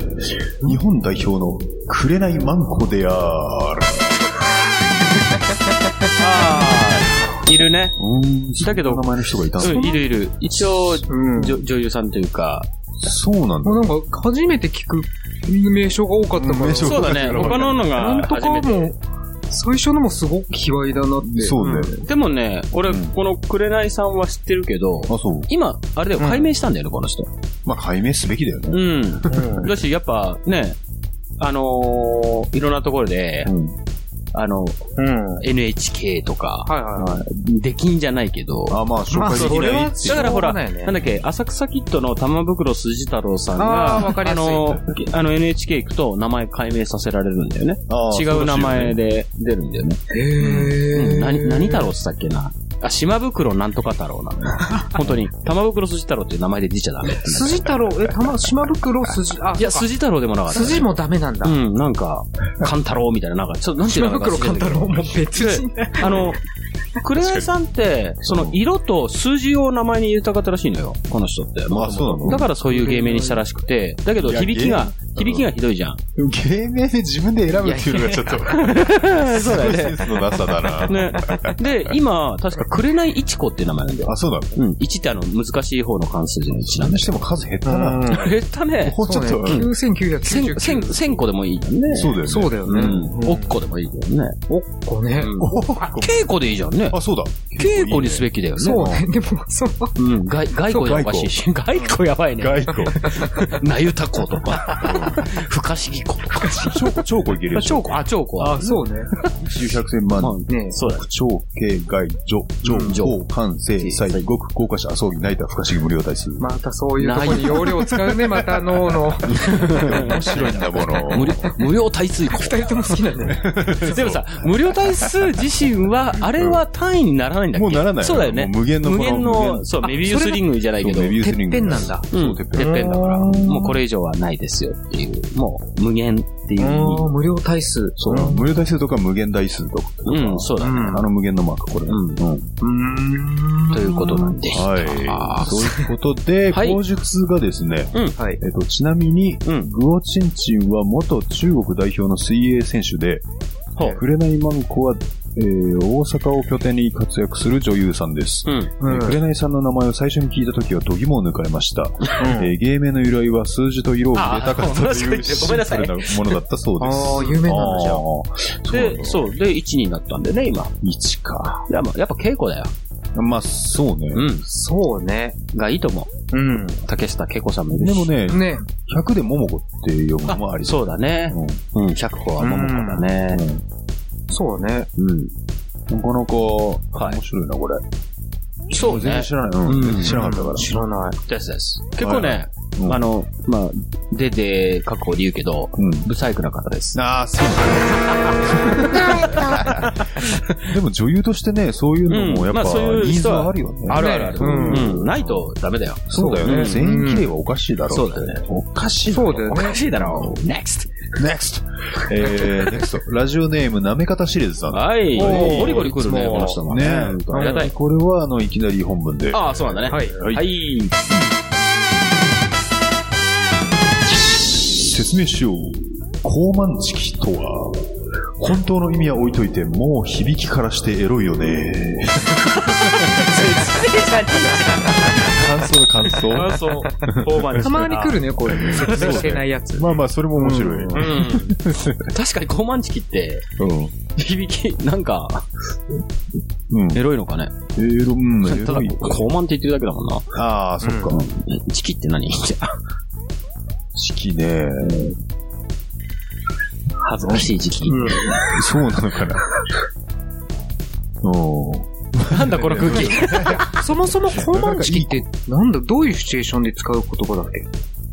Speaker 3: 日本代表のくれないマンコである。
Speaker 4: いるね。だけど
Speaker 3: そんな名前の人がいたんだ
Speaker 4: うん、いるいる。一応、
Speaker 5: うん
Speaker 4: 女女優さんというか、
Speaker 3: そうなんだ。
Speaker 1: なんか、初めて聞く名称が多かったから。
Speaker 3: 名称
Speaker 4: そうだね。他のの
Speaker 1: な
Speaker 4: が
Speaker 1: んと
Speaker 4: 初
Speaker 1: か
Speaker 4: めて。
Speaker 1: も、最初のもすごく卑猥だなって。
Speaker 3: そうだよね。
Speaker 4: でもね、俺、この紅さんは知ってるけど、
Speaker 3: あ、そう。
Speaker 4: 今、あれだよ、
Speaker 1: うん
Speaker 4: 解明したんだよね、この人。
Speaker 3: まあ、解明すべきだよね。
Speaker 4: うん。
Speaker 1: うん。
Speaker 4: だし、やっぱ、ね、あのーいろんなところで、
Speaker 3: うん。
Speaker 4: あの、
Speaker 1: うん。はい
Speaker 4: NHK とか、
Speaker 1: はいは
Speaker 4: できんじゃないけど、
Speaker 3: あ、まあ、紹
Speaker 1: まあ
Speaker 3: 介でき
Speaker 1: それ
Speaker 3: ない
Speaker 1: は
Speaker 3: っていう
Speaker 4: だからほ
Speaker 1: し
Speaker 4: ら、
Speaker 1: ょうがないよね
Speaker 4: なんだっけ、浅草キッドの玉袋筋太郎さん
Speaker 1: あー
Speaker 4: が、
Speaker 1: わかりやすい
Speaker 4: の、あの NHK 行くと名前解明させられるんだよね。
Speaker 3: あー
Speaker 4: 違う名前で出るんだよね。
Speaker 1: い。へ
Speaker 4: う
Speaker 1: ー。
Speaker 4: ん、何、何太郎って言ったっけな。あ、島袋なんとか太郎なの。本当に、玉袋筋太郎っていう名前で出ちゃダメ。
Speaker 1: 筋太郎、え、たま、島袋筋、あ、
Speaker 4: いや、
Speaker 1: そうか
Speaker 4: 筋太郎でもなかった、
Speaker 1: 筋もダメなんだ
Speaker 4: う。ん、なんか、勘太郎みたいな、なんか、ちょっと、なんていう
Speaker 1: 島
Speaker 4: のか
Speaker 1: 袋勘太郎も別人。
Speaker 4: あの、クレアさんって、その色と数字を名前に入れたかったらしいのよ、この人って。
Speaker 3: あそうなの
Speaker 4: だからそういう芸名にしたらしくて、だけど
Speaker 3: いや
Speaker 4: 響きが、
Speaker 3: 芸
Speaker 4: 響きがひどいじゃん。
Speaker 3: 芸名で自分で選ぶっていうのがちょっと、
Speaker 4: そうだ
Speaker 3: すごいセ
Speaker 4: ね。
Speaker 3: ンスのなさだな。
Speaker 4: ね。で、今、確か、くれないいちこっていう名前なんだよ。
Speaker 3: あ、そうだ。
Speaker 4: うん。いちってあの、難しい方の関数字の1なん
Speaker 3: 何
Speaker 4: だ
Speaker 3: しても数減ったな。
Speaker 4: よ。減ったね。
Speaker 3: もうち
Speaker 1: そ
Speaker 3: ょ
Speaker 1: う
Speaker 3: っ
Speaker 1: ね
Speaker 3: と、うん
Speaker 1: 9999
Speaker 4: 千、千、千個でもいいよね。
Speaker 3: そうだよね。
Speaker 1: そうだよ
Speaker 4: う
Speaker 1: ね。
Speaker 4: ん。おっこでもいいけどね。
Speaker 1: おっこね。
Speaker 3: お
Speaker 4: 稽古でいいじゃんね。
Speaker 3: あ、そうだ。
Speaker 4: 稽古にすべ
Speaker 3: き。
Speaker 4: きだよね。
Speaker 1: そうね。でも、その、
Speaker 4: うん。外、外交やばいし。外交やばいね。
Speaker 3: 外交。
Speaker 4: なゆたことか、不可思議ことか。
Speaker 3: 超子、超子いけるよ。
Speaker 4: 超子、あ、超子。あ、
Speaker 1: そうね。
Speaker 3: 一周百千万
Speaker 4: ま
Speaker 3: 人。
Speaker 4: あ、
Speaker 1: ね
Speaker 4: そうだ。
Speaker 3: 超、軽、外、上、
Speaker 4: うん
Speaker 3: 上、高、関、西、西、極、高架者、葬儀、泣いた、不可思議無料体数。
Speaker 1: またそういうとこに容量使うね、また脳の。
Speaker 3: 面白いんだもの。
Speaker 4: 無料、無料耐水庫。
Speaker 1: 二人とも好きなんだね。
Speaker 4: でもさ、無料耐数自身は、あれは単位にならないんだっけ
Speaker 3: もうならない
Speaker 4: そうだよね
Speaker 3: も。う無限の
Speaker 4: 無限
Speaker 3: この無
Speaker 4: の、
Speaker 3: 限
Speaker 4: そう、メビウスリングじゃないけど、
Speaker 3: メビウスリング
Speaker 1: てっぺんなんだ
Speaker 4: う
Speaker 3: そ
Speaker 4: ん
Speaker 3: う、
Speaker 4: て
Speaker 3: てっ
Speaker 4: っぺ
Speaker 3: ぺん。
Speaker 4: んだから、もうこれ以上はないですよっていう、もう無限っていう意味。
Speaker 1: 無料体数。
Speaker 3: そうだ。無料体数とか無限大数とか。
Speaker 4: うん、そうだね。
Speaker 3: あの無限のマーク、これ。
Speaker 4: うん
Speaker 3: うん。
Speaker 1: うん
Speaker 4: ということなんでした。
Speaker 3: はい。ということで、
Speaker 4: はい
Speaker 3: 口述がですね、
Speaker 4: うん
Speaker 1: はい
Speaker 3: えっと、ちなみに、
Speaker 4: うん
Speaker 3: グオチンチンは元中国代表の水泳選手で、
Speaker 4: ほう
Speaker 3: くれないまんこは、えー大阪を拠点に活躍する女優さんです。
Speaker 4: うん。
Speaker 1: うん
Speaker 3: くれないさんの名前を最初に聞いたときは度肝を抜かれました。えー芸名の由来は数字と色を入れたかったと
Speaker 4: ああ
Speaker 3: いう
Speaker 4: ごめんなさい
Speaker 3: シンプルなものだったそうで
Speaker 1: あ
Speaker 3: す。
Speaker 1: あ、有名なんだじゃん。
Speaker 3: あー
Speaker 4: で、そう、で、1になったんでね、今。
Speaker 3: 1か。
Speaker 4: いや、まあやっぱ稽古だよ。
Speaker 3: まあ、そうね。
Speaker 4: うん。
Speaker 1: そうね。
Speaker 4: がいいと思う。
Speaker 1: うん。
Speaker 4: 竹下恵子さんもいるし
Speaker 3: でもね、
Speaker 1: ね。
Speaker 3: 100で桃子って呼ぶのもあり
Speaker 4: そうだね。
Speaker 3: うん
Speaker 4: うん、100個は桃子だね。
Speaker 1: そうね。
Speaker 4: うん。
Speaker 3: なかなか、面白いな、これ。
Speaker 4: そう
Speaker 3: 全
Speaker 4: ね
Speaker 3: 然。知らない。うん。
Speaker 4: うん
Speaker 3: 全然知らなかったから。
Speaker 1: 知らない。
Speaker 4: ですです。結構
Speaker 3: はい
Speaker 4: ね、
Speaker 3: うん
Speaker 4: あの、まあ、出て、過去で言うけど、
Speaker 3: うん。
Speaker 4: ブサイクな方です。
Speaker 3: ああ、そう。 でも女優としてね、そういうのもやっぱ、
Speaker 4: うんまあそういう
Speaker 3: ニーズ
Speaker 4: 人は
Speaker 3: はあるよね。
Speaker 4: あるあるある。
Speaker 1: ね
Speaker 4: う。
Speaker 1: うん
Speaker 4: ないとダメだよ。
Speaker 3: そうだよね。
Speaker 1: うん
Speaker 3: 全員綺麗はおかしいだろ
Speaker 4: そうだよね。
Speaker 3: おかしいだ
Speaker 1: そ
Speaker 3: ろ
Speaker 1: うだよ
Speaker 4: お
Speaker 1: ね。
Speaker 4: かしいだろ。NEXT!
Speaker 3: NEXT! えー、NEXT。ラジオネーム、なめかたシリーズさん。
Speaker 4: はい。
Speaker 1: おー
Speaker 4: ゴリゴリ来るね、
Speaker 1: いつも
Speaker 4: この人も。
Speaker 3: ね
Speaker 4: うんありがたい。
Speaker 3: これは、あの、いきなり本文で。
Speaker 4: ああ、そうなんだね。はい。
Speaker 3: はい
Speaker 4: はい。
Speaker 3: 説明しよう。高慢チキとは、本当の意味は置いといて、もう響きからしてエロいよね。感想感想。
Speaker 4: あそう。当番
Speaker 1: たまに来るね、こういう。説明してないやつ。
Speaker 3: まあまあ、それも面白い。
Speaker 4: うん確かに高慢チキって、
Speaker 3: う
Speaker 4: 響き、なんか、
Speaker 3: ん。うん。
Speaker 4: エロいのかね。
Speaker 3: エロ、うん、エ
Speaker 4: ただ
Speaker 3: ロい。、
Speaker 4: 高慢って言ってるだけだもんな。
Speaker 3: ああ、そっか。
Speaker 4: えチキって何じゃあ
Speaker 3: チキね。
Speaker 4: 恥ずかしい時期。
Speaker 3: そうなのかな。う
Speaker 4: なんだこの空気。
Speaker 1: そもそも高慢式って、なんだ、どういうシチュエーションで使う言葉だっけ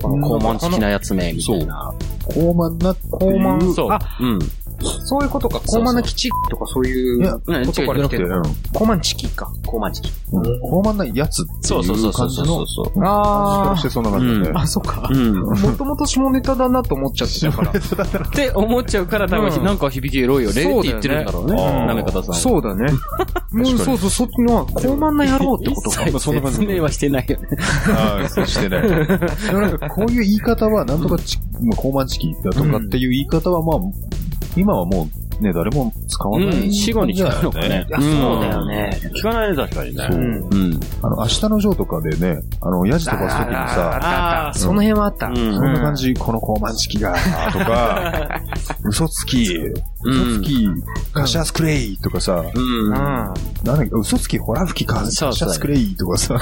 Speaker 4: 高慢的なやつめ、みたいな。
Speaker 3: ん。高慢なっていう。
Speaker 1: 高慢
Speaker 4: そう。
Speaker 1: あ
Speaker 4: うん。
Speaker 5: そういうことか、コーマの基地とかそうい
Speaker 3: いや
Speaker 5: う、
Speaker 4: ね
Speaker 5: こ
Speaker 4: 違
Speaker 5: こ
Speaker 4: う
Speaker 5: から来てる
Speaker 3: うん。
Speaker 5: コーマンチキか。
Speaker 4: コーマンチキ。
Speaker 3: うんこうまんないやつって
Speaker 4: そうそう
Speaker 3: い
Speaker 4: そう
Speaker 3: う
Speaker 4: そ
Speaker 3: 感
Speaker 4: う
Speaker 3: じ
Speaker 4: そう
Speaker 3: の、
Speaker 4: そ
Speaker 5: あ
Speaker 3: としてそんな感じなんで
Speaker 4: う。
Speaker 5: あ、そっか
Speaker 4: う。。うん。っ
Speaker 5: もともと下ネタだなと思っちゃってたから。
Speaker 4: て思っちゃうから、多
Speaker 5: う
Speaker 4: 分、
Speaker 5: ん
Speaker 4: なんか響きエロいよねって言ってるんだろうね。
Speaker 3: そうだよね
Speaker 4: なめかたさん は。
Speaker 5: そうだ ね。もうそうそう、そっちの、コーマンな野郎ってことか。
Speaker 4: 一切
Speaker 3: そんな感じ
Speaker 4: 説明はしてないよね。
Speaker 3: ああ、そうしてない。 でもなんかこういう言い方は、なんとかチ、まあ、コーマンチキだとかっていう言い方は、まあ、今はもう、ね、誰も使わ
Speaker 4: う、
Speaker 3: なんい。
Speaker 4: 死後に聞かないのかね。
Speaker 5: いやそうだよ
Speaker 4: ね。聞かないね、確かにね。
Speaker 3: そう
Speaker 4: うん。
Speaker 3: あの、明日のジョーとかでね、あの、ヤジ飛ばすときにさ、
Speaker 5: あ
Speaker 4: あ
Speaker 5: あ、その辺はあった。
Speaker 4: う
Speaker 5: うん
Speaker 3: そんな感じ、このコーマンチキが、とか、嘘つき、嘘つき、カシャスクレイとかさ、
Speaker 4: うん。
Speaker 5: ん。
Speaker 3: なんだっけ、嘘つき、ホラ吹きか、カシ
Speaker 4: そうそう
Speaker 3: ャスクレイとかさ、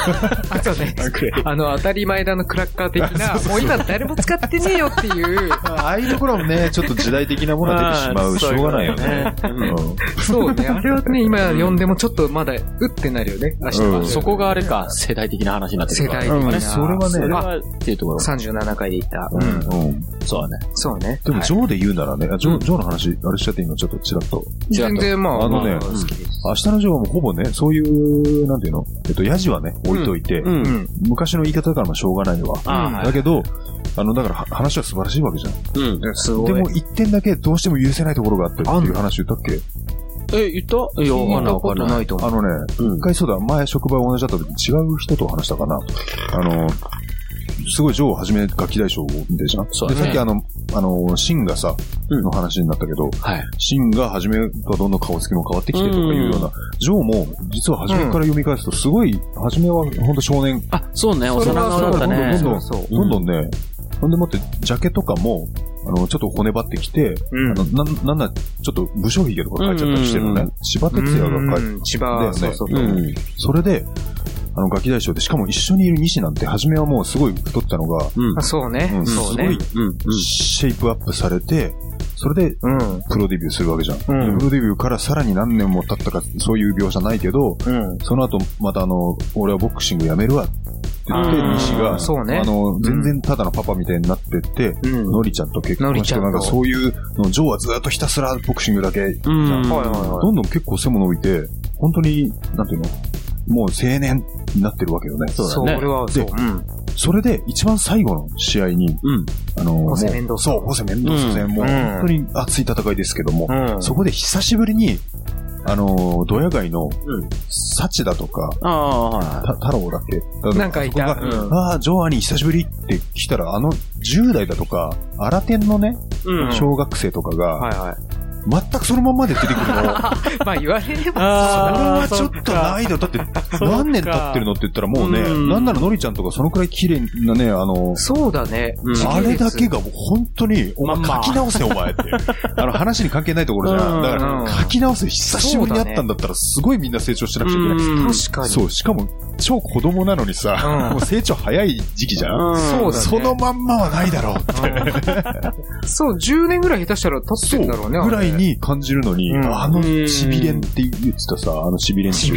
Speaker 5: あとね、
Speaker 3: クレイ
Speaker 5: あの、当たり前だのクラッカー的な、もう今誰も使ってねえよっていう、
Speaker 3: ああいうところもね、ちょっと時代的なものが出てしまう、しょうがないよね。うん
Speaker 5: そうね、あれはね、今読んでもちょっとまだ、うってなるよね、明日は
Speaker 3: うん
Speaker 4: そこがあれか、世代的な話になってくるから
Speaker 5: 世代的な
Speaker 4: ね
Speaker 3: それはね
Speaker 4: それはっていうところ。
Speaker 5: 37回で言った。
Speaker 3: うん。
Speaker 4: そうだね。
Speaker 5: そうね。
Speaker 3: でも、ジョーで言うならね、あジョー、ジョーの話、あれしちゃっていいのちょっとちらっと。
Speaker 4: 違う
Speaker 5: 全然まあ、
Speaker 3: あのね
Speaker 5: ま好きです。
Speaker 3: 明日のジョーはもうほぼね、そういう、なんていうのえっと、ヤジはね、置いといて、
Speaker 4: う。
Speaker 5: うんん。
Speaker 3: 昔の言い方だからまあしょうがないわ。
Speaker 4: ああ
Speaker 3: だけど、あの、だからは話は素晴らしいわけじゃん。
Speaker 4: うん。
Speaker 5: すごい。
Speaker 3: でも、一点だけどうしても許せないところがあってっていう話言ったっけ
Speaker 4: え、言ったいや、わかんないわかんない。
Speaker 5: いと
Speaker 3: あのね、
Speaker 4: うん
Speaker 3: 一回そうだ、前職場同じだった時違う人と話したかな。あの、すごいジョーをはじめ楽器大賞みたいじゃん。
Speaker 4: そうだ
Speaker 3: で、
Speaker 4: ね
Speaker 3: さっきあの、あの、シンがさ、
Speaker 4: うん
Speaker 3: の話になったけど、
Speaker 4: はい。
Speaker 3: シンがはじめがどんどん顔つきも変わってきてとかいうような、ジョーも実は初めから読み返すとすごい、初めはほんと少年、
Speaker 4: あ、そうね、幼顔だったね。
Speaker 3: どんどん
Speaker 5: そう。
Speaker 3: どんどんね、ほんでもって、ジャケとかも、あの、ちょっと骨張ってきて、
Speaker 5: うん
Speaker 3: あのなん、なんなら、ちょっと武将髭とか書いちゃったりしてるの
Speaker 4: うんうん
Speaker 3: ね。柴哲也が書いて
Speaker 5: うん千
Speaker 3: だよ
Speaker 5: 葉、
Speaker 3: ね
Speaker 5: そうそう
Speaker 4: う
Speaker 5: そう。
Speaker 4: ん。
Speaker 3: それで、あの、ガキ大将で、しかも一緒にいる西なんて、初めはもうすごい太ったのが、
Speaker 4: うん
Speaker 5: あ。そうね
Speaker 3: う。ん
Speaker 5: そう
Speaker 3: すご
Speaker 5: ね
Speaker 3: い。
Speaker 4: うん。
Speaker 3: シェイプアップされて、それで、
Speaker 5: うん。
Speaker 3: プロデビューするわけじゃん。
Speaker 5: うん
Speaker 3: でプロデビューからさらに何年も経ったか、そういう描写ないけど、
Speaker 5: うん。
Speaker 3: その後、またあの、俺はボクシングやめるわって言って、
Speaker 5: あー
Speaker 3: 西が、
Speaker 5: そうね
Speaker 3: あの、全然ただのパパみたいになってって、
Speaker 5: うん。
Speaker 3: のりちゃんと結
Speaker 5: の
Speaker 3: 婚
Speaker 5: り
Speaker 3: し
Speaker 5: ちゃ
Speaker 3: て、
Speaker 5: んと
Speaker 3: なんかそういうの、ジョーはずっとひたすらボクシングだけ
Speaker 4: うん。
Speaker 5: はいはいはい
Speaker 3: どんどん結構背も伸びて、本当に、なんていうのもう青年になってるわけよね。そ
Speaker 5: そう、
Speaker 4: ね
Speaker 5: 俺は、そう。うん。
Speaker 3: それで、一番最後の試合に、
Speaker 4: うん。
Speaker 3: あの、
Speaker 5: ホセ
Speaker 3: もう
Speaker 5: メンドーサ
Speaker 3: そう、ホセメンドーサ戦、もう
Speaker 5: うん
Speaker 3: 本当に熱い戦いですけども、
Speaker 5: うん。
Speaker 3: そこで久しぶりに、あの、ドヤ街の
Speaker 4: うん、
Speaker 3: サチだとか、
Speaker 4: ああ、は
Speaker 3: た太郎だっけ
Speaker 5: なんかいた
Speaker 3: あそこが
Speaker 4: う
Speaker 3: あー、ジョーアニー久しぶりって来たら、あの、10代だとか、荒天のね、
Speaker 4: い。うん。
Speaker 3: 小学生とか
Speaker 5: は
Speaker 3: が、
Speaker 5: いはい。
Speaker 3: 全くそのまんまで出てくるのを、
Speaker 5: まあ言われれば、
Speaker 4: ああ、
Speaker 3: それはちょっと難易度、だって、何年経ってるのって言ったらもうね、
Speaker 4: うん
Speaker 3: なんならのりちゃんとかそのくらい綺麗なね、あの、
Speaker 5: そうだね。
Speaker 4: うん
Speaker 3: あれだけがもう本当に、お前
Speaker 4: まんま
Speaker 3: 書き直せお前って。あの話に関係ないところじゃ。
Speaker 4: うんん
Speaker 3: だから書き直せ久しぶりに会ったんだったらすごいみんな成長しなくちゃいけない。
Speaker 4: うん
Speaker 5: 確かに。
Speaker 3: そう、しかも超子供なのにさ、
Speaker 5: うん
Speaker 3: もう成長早い時期じゃん。
Speaker 4: そ
Speaker 5: そうだね
Speaker 3: そのまんまはないだろう
Speaker 5: うんそう、10年ぐらい下手したら経ってんだろうね。あれ
Speaker 3: ぐらい。に感じるのに、
Speaker 5: うん
Speaker 3: あのしびれんって言ってたさ、あのしびれんっていう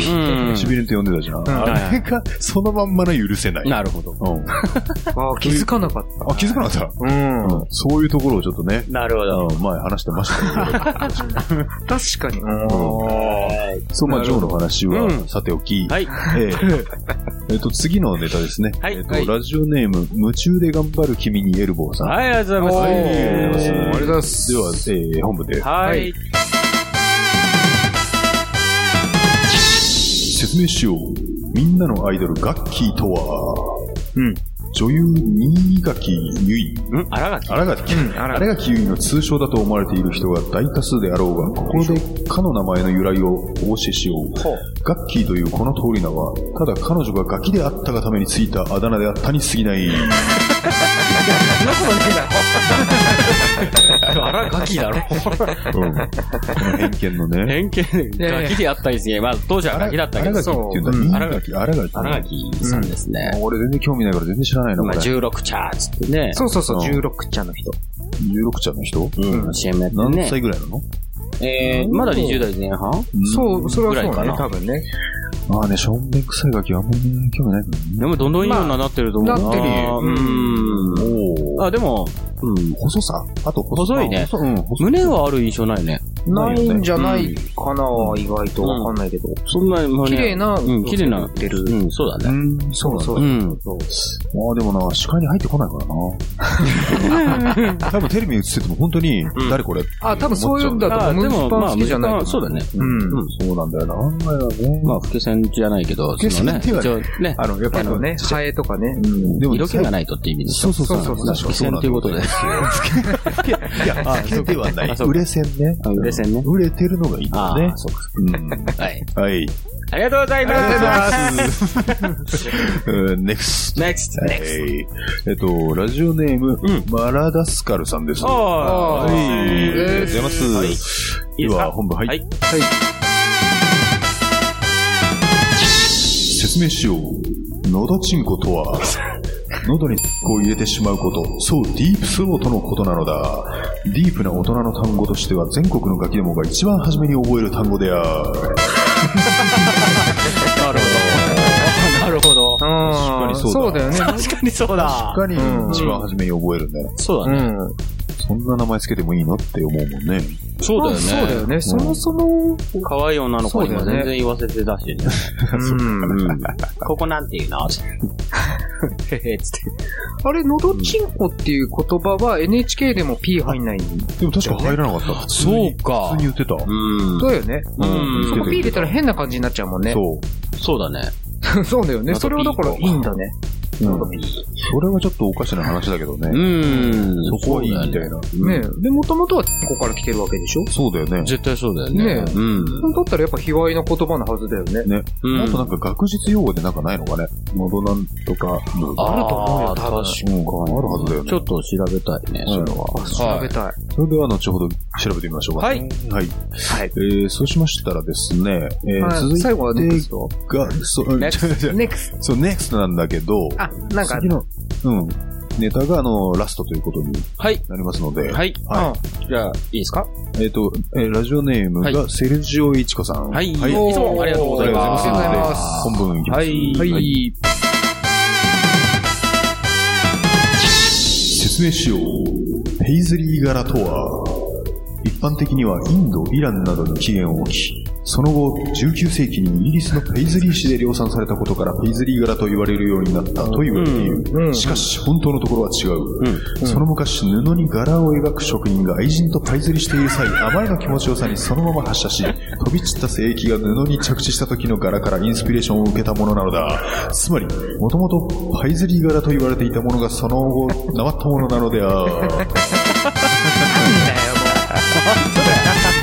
Speaker 4: うん
Speaker 3: しびれんって呼んでたじゃん。
Speaker 5: ん
Speaker 3: あれがそのまんまの許せない。
Speaker 4: なるほど。
Speaker 3: うん
Speaker 5: ああ、気づかなかった。
Speaker 3: あ、気づかなかった。
Speaker 5: うん。
Speaker 3: うんそういうところをちょっとね、
Speaker 4: なるほ
Speaker 3: う
Speaker 4: ど。
Speaker 3: ん前話してましたけど。
Speaker 5: 確かに。
Speaker 3: そう、まあ、
Speaker 5: な
Speaker 3: ジ
Speaker 5: る
Speaker 3: ョー
Speaker 5: ほ
Speaker 3: の話は
Speaker 4: うん
Speaker 3: さておき、
Speaker 4: はい。
Speaker 3: え ーえっと、次のネタですね。
Speaker 4: はい
Speaker 3: えっと
Speaker 4: はい
Speaker 3: ラジオネーム、夢中で頑張る君にエルボーさん。
Speaker 4: はい、ありがとうご
Speaker 5: は
Speaker 4: ざ
Speaker 5: い
Speaker 4: います。
Speaker 3: ありがとうございます
Speaker 5: ありがとうございます。
Speaker 3: では、えー本部で、
Speaker 4: はい。
Speaker 3: 説明しよう。みんなのアイドル、ガッキーとは、
Speaker 5: うん
Speaker 3: 女優、新垣結衣。
Speaker 4: うん、あらがき。
Speaker 3: 新垣
Speaker 5: うん、あ
Speaker 3: あ
Speaker 5: ら
Speaker 3: れがキウイの通称だと思われている人が大多数であろうが、ここでかの名前の由来をお教えしよう。ガッキーというこの通り名は、ただ彼女がガキであったがためについたあだ名であったに過ぎない。
Speaker 4: あらがきだろ。
Speaker 3: うん。この偏見のね。
Speaker 4: 偏見。ガキであったりすね。まあ、当時はガキだったけど。
Speaker 3: あらがきって言うんだ。新垣、あらがき。
Speaker 4: あらがきさんですね。
Speaker 3: 俺全然興味ないから全然知らないな、こ
Speaker 4: まあ、
Speaker 3: れ。
Speaker 4: 16チャーつってね。
Speaker 5: そうそうそう、
Speaker 3: うん
Speaker 5: 16茶の人。
Speaker 3: 16ちゃんの人
Speaker 4: うん。CM やってる
Speaker 3: 何
Speaker 4: ね
Speaker 3: 歳。ぐらいなの
Speaker 4: えー、まだ20代前半
Speaker 5: そう、それは
Speaker 4: ぐ
Speaker 5: そ
Speaker 4: ら
Speaker 5: う
Speaker 4: いか
Speaker 5: ね、
Speaker 4: な
Speaker 5: 多分ね。
Speaker 3: まあね、しょんべん臭いガキあんまりね興味ないからね。
Speaker 4: でも、どんどんいいようになってると思う。
Speaker 5: まあなってるよ
Speaker 4: うん。
Speaker 3: おー
Speaker 4: あ、でも、うん。
Speaker 3: 細さあと細さ。
Speaker 4: 細いね
Speaker 3: 細うん、細
Speaker 4: 胸はある印象ないね。
Speaker 5: ないんじゃな
Speaker 4: う
Speaker 5: い
Speaker 4: ん
Speaker 5: かな、意外と。わかんないけど。
Speaker 4: そんな胸。
Speaker 5: 綺麗な、
Speaker 4: うん、綺麗な。
Speaker 5: 出る。
Speaker 4: うん、そうだ
Speaker 3: う
Speaker 4: ね。
Speaker 3: ん、そうなんだ。
Speaker 4: うん。
Speaker 3: まあでもな、視界に入ってこないからな。多分テレビに映ってても本当に、誰これ
Speaker 5: あ、多分そういうんだと
Speaker 4: あ
Speaker 5: 思う。
Speaker 4: で
Speaker 5: ムー
Speaker 4: も、
Speaker 5: スパン
Speaker 4: まあ、
Speaker 5: 好きじゃないかな。
Speaker 4: そうだね。
Speaker 5: うん。
Speaker 4: うん。
Speaker 3: そうなんだよな。あれはね
Speaker 4: まあ、老け線じゃないけど、
Speaker 3: 老け線
Speaker 4: そのね
Speaker 3: っていうか
Speaker 4: 一応ね、
Speaker 3: あの、やっぱ
Speaker 5: あ
Speaker 3: り
Speaker 5: のね、ハエとかね。うん。
Speaker 3: でも
Speaker 4: 色気がないとって意味でし
Speaker 3: そ
Speaker 4: ょ。
Speaker 3: うそうそう。
Speaker 5: そうそう
Speaker 3: 確かそうなんだ
Speaker 4: 老け線っていうことで。
Speaker 3: いや、老けではない。
Speaker 4: あそうか
Speaker 3: 売れ線ね。
Speaker 4: あ売れ線ね
Speaker 3: 売れてるのがいいんだ
Speaker 4: あ
Speaker 3: ね
Speaker 4: あ、。そうか。
Speaker 3: うん。
Speaker 4: はい。
Speaker 3: はい。
Speaker 4: ありがとうございます。
Speaker 3: うん、NEXT。
Speaker 4: NEXT。
Speaker 3: はいえっと、ラジオネーム、マラダスカルさんです。は
Speaker 4: あ
Speaker 3: い。あ
Speaker 4: ー
Speaker 3: りがとうございま
Speaker 4: はい
Speaker 3: す。では、本部、はい。
Speaker 4: はい
Speaker 3: 説明しよう。喉チンコとは、喉にこを入れてしまうこと、そう、ディープスロートのことなのだ。ディープな大人の単語としては、全国のガキどもが一番初めに覚える単語である。
Speaker 4: なるほど。なるほど。
Speaker 5: ああ、
Speaker 3: 確かにそうだ
Speaker 5: よね。
Speaker 4: 確かにそうだ。
Speaker 3: 他に
Speaker 5: うん
Speaker 3: 一番初めに覚えるんだよ。
Speaker 4: そうだね。
Speaker 5: ん。
Speaker 3: そんな名前つけてもいいのって思うもんね。
Speaker 4: そうだよね。
Speaker 5: そうだよね。そもそも、
Speaker 4: 可愛い女の子にも
Speaker 5: そうだよ
Speaker 4: 全
Speaker 5: ね
Speaker 4: 然言わせてたしね。
Speaker 5: うん。
Speaker 4: ここなんていうの
Speaker 5: へへ、つって。あれ、のどちんこっていう言葉は NHK でも P 入んないん
Speaker 3: でも確か入らなかった。
Speaker 4: そうか
Speaker 3: 普通に言ってた。
Speaker 4: うん。
Speaker 5: だよね。
Speaker 4: うん
Speaker 5: そこ P 入れたら変な感じになっちゃうもんね。
Speaker 3: そう。
Speaker 4: そうだね。
Speaker 5: そうだよね。それはだからいいんだね。
Speaker 3: うんそれはちょっとおかしな話だけど
Speaker 4: う
Speaker 3: ね。
Speaker 4: ん。
Speaker 3: そこはいいみた
Speaker 4: そうだ
Speaker 3: い
Speaker 4: よね
Speaker 3: な。
Speaker 5: ねで、もともとはここから来てるわけでしょ
Speaker 3: そうだよね。
Speaker 4: 絶対そうだよね。
Speaker 5: ね
Speaker 4: うん。
Speaker 5: だったらやっぱ卑猥な言葉のはずだよね。
Speaker 4: うん
Speaker 3: あとなんか学術用語でなんかないのかね。喉なんとか。
Speaker 4: あると思うよ、
Speaker 3: あるはずだよね。
Speaker 4: ちょっと調べたいね、それは。
Speaker 5: 調べたい。
Speaker 3: それでは後ほど調べてみましょうか。
Speaker 4: はい。
Speaker 3: はい。
Speaker 5: はい
Speaker 3: えー、そうしましたらですね、えー
Speaker 5: はい
Speaker 3: 続いて
Speaker 5: 最後はネクスト。
Speaker 3: が、 そう、
Speaker 4: ネクス
Speaker 3: 違う違う
Speaker 5: ネクスト。
Speaker 3: そう、ネクストなんだけど、
Speaker 5: あ、なんか、
Speaker 3: 次 の、うん、ネタがあの、ラストということに
Speaker 4: はい。
Speaker 3: なりますので、
Speaker 4: はい。
Speaker 3: は
Speaker 4: じゃあ、いいですか
Speaker 3: えっ、と、えーラジオネーム
Speaker 4: は
Speaker 3: がセルジオイチコさん。
Speaker 4: はい。
Speaker 3: はい
Speaker 4: いつもありがとうございます。
Speaker 5: ありがとうございます
Speaker 3: 本文いきます。
Speaker 4: はい。はい。
Speaker 3: 説明しよう。ペイズリー柄とは、一般的にはインド、イランなどに起源を置き、その後、19世紀にイギリスのペイズリー紙で量産されたことからペイズリー柄と言われるようになったと言われている。
Speaker 5: うん
Speaker 3: しかし、本当のところは違う。
Speaker 4: うん
Speaker 3: その昔、布に柄を描く職人が愛人とパイズリしている際、あまりの気持ちよさにそのまま発射し、飛び散った精液が布に着地した時の柄からインスピレーションを受けたものなのだ。つまり、もともとパイズリ柄と言われていたものがその後、なまったものなので ある。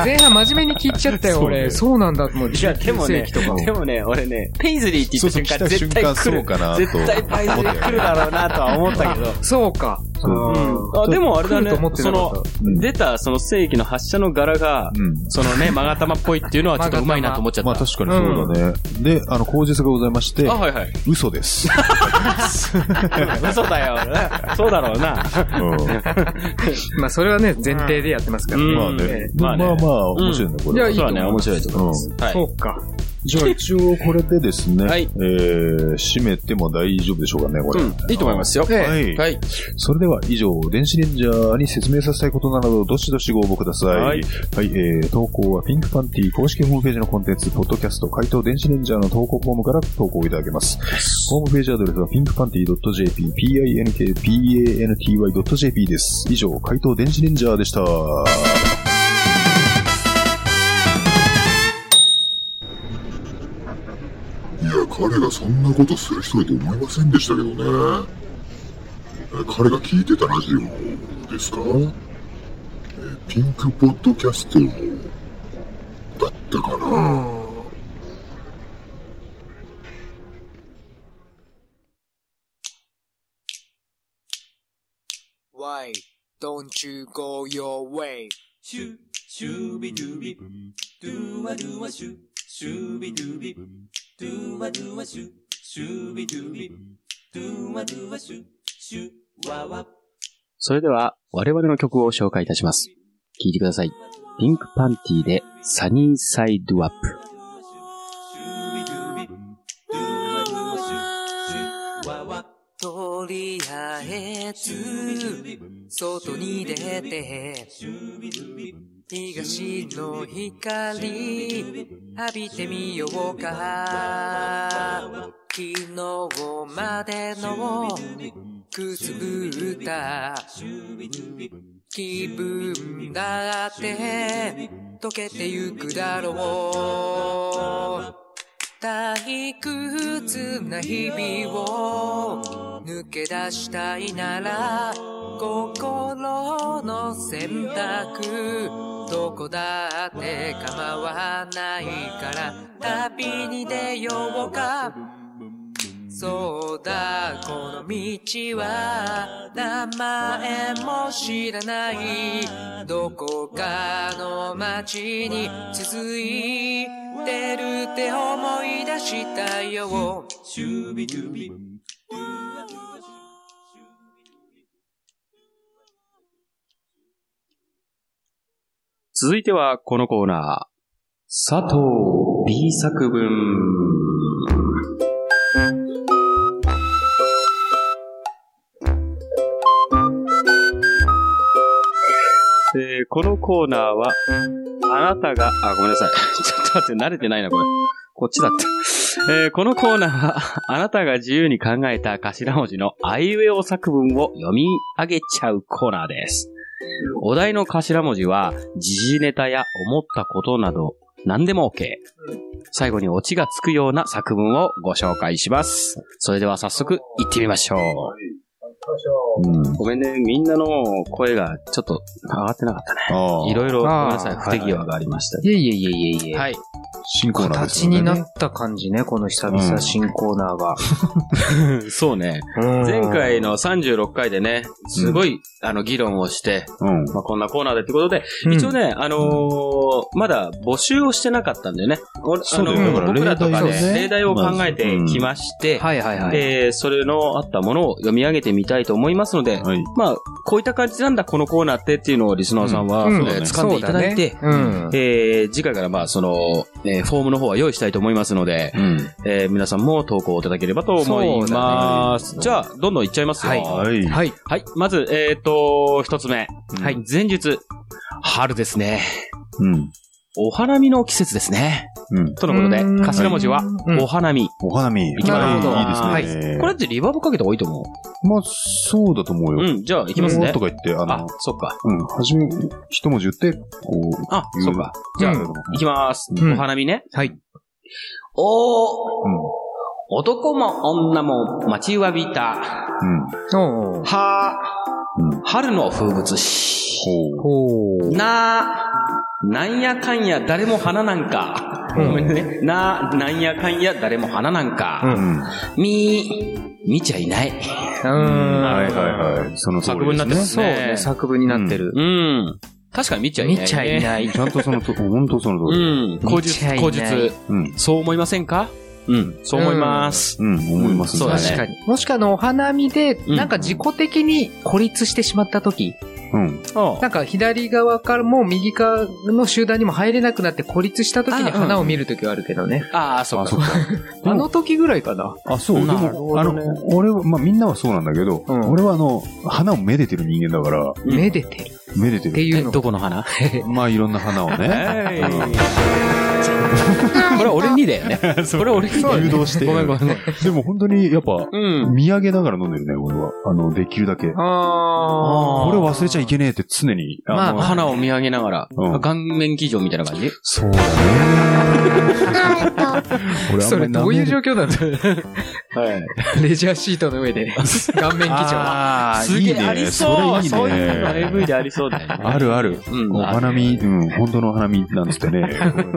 Speaker 5: 前半真面目に聞いちゃったよ、
Speaker 3: そうね
Speaker 5: 俺。そうなんだ、もう。
Speaker 4: いや、でもね
Speaker 5: 19世紀とか、
Speaker 4: でもね、俺ね、ペイズリーって
Speaker 3: そう
Speaker 4: 言った瞬
Speaker 3: そう
Speaker 4: 間、
Speaker 3: 来
Speaker 4: 絶
Speaker 3: た
Speaker 4: 対来
Speaker 3: 瞬間
Speaker 4: る
Speaker 3: そうかなと
Speaker 4: 絶対ペイズリー来るだろうなとは思 ったけど。
Speaker 5: そうか。
Speaker 3: そう
Speaker 4: あでもあれだ
Speaker 5: 来ると思
Speaker 4: ね
Speaker 5: っ、て
Speaker 4: そ
Speaker 5: なか
Speaker 4: の
Speaker 5: っ、
Speaker 3: うん
Speaker 4: 出たその正規の発射の柄が、
Speaker 3: うん
Speaker 4: そのね、マガタマっぽいっていうのはちょっとうまいなと思っちゃった。
Speaker 3: まあ確かにそうだね。で、あの、口実がございまして
Speaker 4: あ、、はいはい。
Speaker 3: 嘘です。
Speaker 4: 嘘だよ。 そうだろうな。
Speaker 3: うん
Speaker 5: まあ、それはね、前提でやってますから
Speaker 4: うん
Speaker 3: まあ
Speaker 5: え
Speaker 3: ね
Speaker 5: え。
Speaker 4: ま
Speaker 3: ま
Speaker 4: あ
Speaker 3: あ
Speaker 4: ね
Speaker 3: まあ、面白いね、これは。
Speaker 5: い
Speaker 4: そう
Speaker 5: や
Speaker 4: だね、面白いと思います。は
Speaker 5: そ
Speaker 4: い。
Speaker 5: うか。
Speaker 3: じゃあ一応これでですね、
Speaker 4: はい
Speaker 3: えー、締めても大丈夫でしょうかね、これ。
Speaker 4: うん、いいと思いますよ。
Speaker 5: え
Speaker 3: はい。
Speaker 4: はい。
Speaker 3: それでは以上、電子レンジャーに説明させたいことなど、どしどしご応募ください。
Speaker 4: は
Speaker 3: はいい。えー、投稿はピンクパンティ公式ホームページのコンテンツ、ポッドキャスト、回答電子レンジャーの投稿フォームから投稿いただけます。ホームページアドレスは pinkpanty.jp、p-i-n-k-p-a-n-t-y.jp です。以上、回答電子レンジャーでした。
Speaker 6: いや、彼がそんなことする人だと思いませんでしたけどね。え彼が聞いてたラジオですかえピンクポッドキャストだったかな
Speaker 7: シュ、シュビドゥビ、ドゥワドゥワシュ、シュビドゥビ、ドゥワドゥワシュ、シュビドゥビ、ドゥワドゥワシュ、シュワワ。
Speaker 4: それでは、我々の曲を紹介いたします。聴いてください。ピンクパンティで、サニーサイドアップ。
Speaker 7: シュビドゥビ、ドゥワドゥワシュ、シュワワ。
Speaker 8: とりあえ
Speaker 7: シュビドゥ
Speaker 8: ず
Speaker 7: ビ、外に出て東の光浴びてみようか昨日までのくすぶった気分だって溶けてゆくだろう退屈な日々を抜け出したいなら心の選択どこだって構わないから旅に出ようかそうだこの道は名前も知らないどこかの街に続いてるって思い出したよ
Speaker 4: 続いてはこのコーナー。佐藤 B 作文。えーこのコーナーは、あなたが、あ、ごめんなさい。 ちょっと待って、慣れてないな、これ。こっちだった。えーこのコーナーは、あなたが自由に考えた頭文字のあいうえお作文を読み上げちゃうコーナーです。お題の頭文字は、時事ネタや思ったことなど、何でも OK。最後にオチがつくような作文をご紹介します。それでは早速、行ってみましょう。うんごめんね、みんなの声がちょっと上がってなかったね。
Speaker 3: あ
Speaker 4: いろいろ、ごめん
Speaker 1: あー
Speaker 4: なさい、不手際がありました。
Speaker 1: いえいえいえいえいえ。
Speaker 4: はい。
Speaker 3: 新コーナーです
Speaker 1: 形
Speaker 3: よ
Speaker 1: にな
Speaker 3: ね。
Speaker 1: った感じね、この久々新コーナーが。
Speaker 4: そうね。前回の36回でね、すごい、あの、議論をして、
Speaker 3: うん。
Speaker 4: まあ、こんなコーナーでってことで、
Speaker 1: うん
Speaker 4: 一応ね、あのーまだ募集をしてなかったんだよね。俺あ
Speaker 3: そうだ
Speaker 4: の
Speaker 3: よだから
Speaker 4: 僕らと
Speaker 1: 例
Speaker 4: か
Speaker 1: 題を
Speaker 4: ね、
Speaker 1: ね
Speaker 4: 例題を考えてきまして、
Speaker 1: はいはいはい。
Speaker 4: で、それのあったものを読み上げてみたいと思いますので、
Speaker 3: はい。
Speaker 4: まあ、こういった感じなんだ、このコーナーってっていうのをリスナーさんは、
Speaker 1: うん
Speaker 4: えー
Speaker 1: そうだね
Speaker 4: 掴んでいただいて、
Speaker 1: うん。
Speaker 4: えー次回からまあ、その、えーフォームの方は用意したいと思いますので、
Speaker 3: うん。
Speaker 4: えー皆さんも投稿いただければと思います。じゃあ、どんどんいっちゃいますよ。
Speaker 3: はい。
Speaker 1: はい。
Speaker 4: はい。まず、えっ、と、一つ
Speaker 1: は
Speaker 4: 目。はいい。前日。春ですね。
Speaker 3: うん。
Speaker 4: お花見の季節ですね。
Speaker 3: うん。
Speaker 4: とのことで
Speaker 1: うーん、
Speaker 4: 頭文字は、
Speaker 1: うん
Speaker 4: お花見。
Speaker 3: お花見。
Speaker 4: 行きましょう
Speaker 3: はい
Speaker 1: はい
Speaker 3: いいですね。
Speaker 4: これだってリバーブかけた方がいいと思
Speaker 3: まあ、そうだと思
Speaker 4: う。
Speaker 3: う
Speaker 4: う
Speaker 3: よ。
Speaker 4: ん、じゃあ、行きますね
Speaker 3: と。か言って、あ
Speaker 4: あ
Speaker 3: の、、
Speaker 4: そっか。
Speaker 3: うん、はじめ、一文字言って、こう、
Speaker 4: あ、
Speaker 3: 言
Speaker 4: そっか。じゃあ、行きます。
Speaker 1: うん
Speaker 4: お花見ね。
Speaker 1: はい。
Speaker 4: お
Speaker 3: う
Speaker 4: ー、
Speaker 3: ん。
Speaker 4: 男も女も待ちわびた。
Speaker 3: うん。
Speaker 1: おー
Speaker 4: は
Speaker 3: うん。
Speaker 4: ー、春の風物詩。
Speaker 3: ほう。
Speaker 1: ほう。
Speaker 4: なー、なんやかんや誰も花なんか。
Speaker 1: うん
Speaker 4: ごめんね。なー、なんやかんや誰も花なんか。
Speaker 3: うん。
Speaker 4: みー、見ちゃいない。
Speaker 1: うん。
Speaker 3: はいはい
Speaker 1: い。
Speaker 3: はい。その通りです
Speaker 4: 作文になってま
Speaker 3: ね。
Speaker 4: す
Speaker 1: そうね、作文になってる。
Speaker 4: うん。確かに見ちゃいない、ね。
Speaker 1: 見ちゃいない。
Speaker 3: ちゃんとそのと、 本当その通
Speaker 4: う
Speaker 3: り。
Speaker 4: ん。口
Speaker 1: 見ちゃ
Speaker 4: 述、
Speaker 1: いない
Speaker 4: 口述。
Speaker 3: うん。
Speaker 4: そう思いませんかうん。そう思います。
Speaker 3: うん、思います
Speaker 4: そうだね
Speaker 1: 確かに。もしくはあの、お花見で、
Speaker 4: ん
Speaker 1: なんか自己的に孤立してしまった時、
Speaker 3: うん。
Speaker 4: あ
Speaker 1: なんか左側からも右側の集団にも入れなくなって孤立した時
Speaker 4: あ
Speaker 1: に
Speaker 4: うん
Speaker 1: 花を見る時はあるけどね。
Speaker 4: あー、そ
Speaker 3: あ、
Speaker 4: う
Speaker 3: そ
Speaker 4: か。
Speaker 3: っか。
Speaker 1: あの時ぐらいかな。
Speaker 3: あ、そう。で
Speaker 4: なる
Speaker 3: も、あの、俺は、まあみんなはそうなんだけど、
Speaker 1: うん
Speaker 3: 俺はあの、花をめでてる人間だから、
Speaker 4: うん
Speaker 1: めでてるっ
Speaker 3: めでて
Speaker 1: て
Speaker 3: る。
Speaker 1: いうの。
Speaker 4: どこの花
Speaker 3: まあいろんな花を ね、
Speaker 4: えい。これは俺にだよ ね。これは俺にだよ
Speaker 3: 誘
Speaker 4: ね。
Speaker 3: 導して。
Speaker 4: ごめんごめんごめん。
Speaker 3: でも本当に、やっぱ、
Speaker 4: うん。
Speaker 3: 見上げながら飲んでるね、俺は。あの、できるだけ。こ
Speaker 1: あ
Speaker 3: れ忘れちゃいけねえって常に。
Speaker 1: まあ
Speaker 3: の
Speaker 4: 花を見上げながら、
Speaker 3: うん
Speaker 4: 顔面騎乗みたいな感じ
Speaker 3: そうだね。俺あ
Speaker 1: そ
Speaker 3: んま
Speaker 1: れ
Speaker 3: り
Speaker 1: どういう状況なんだ
Speaker 4: はい。
Speaker 1: レジャーシートの上で、 顔面基調。
Speaker 3: あー
Speaker 4: すげえありそう
Speaker 3: いいね
Speaker 4: そ
Speaker 3: そうれいいね
Speaker 4: いうの AV でありそうだよね。
Speaker 3: あるある。
Speaker 4: うん
Speaker 3: お花見、うん、本当のお花見なんつって ね。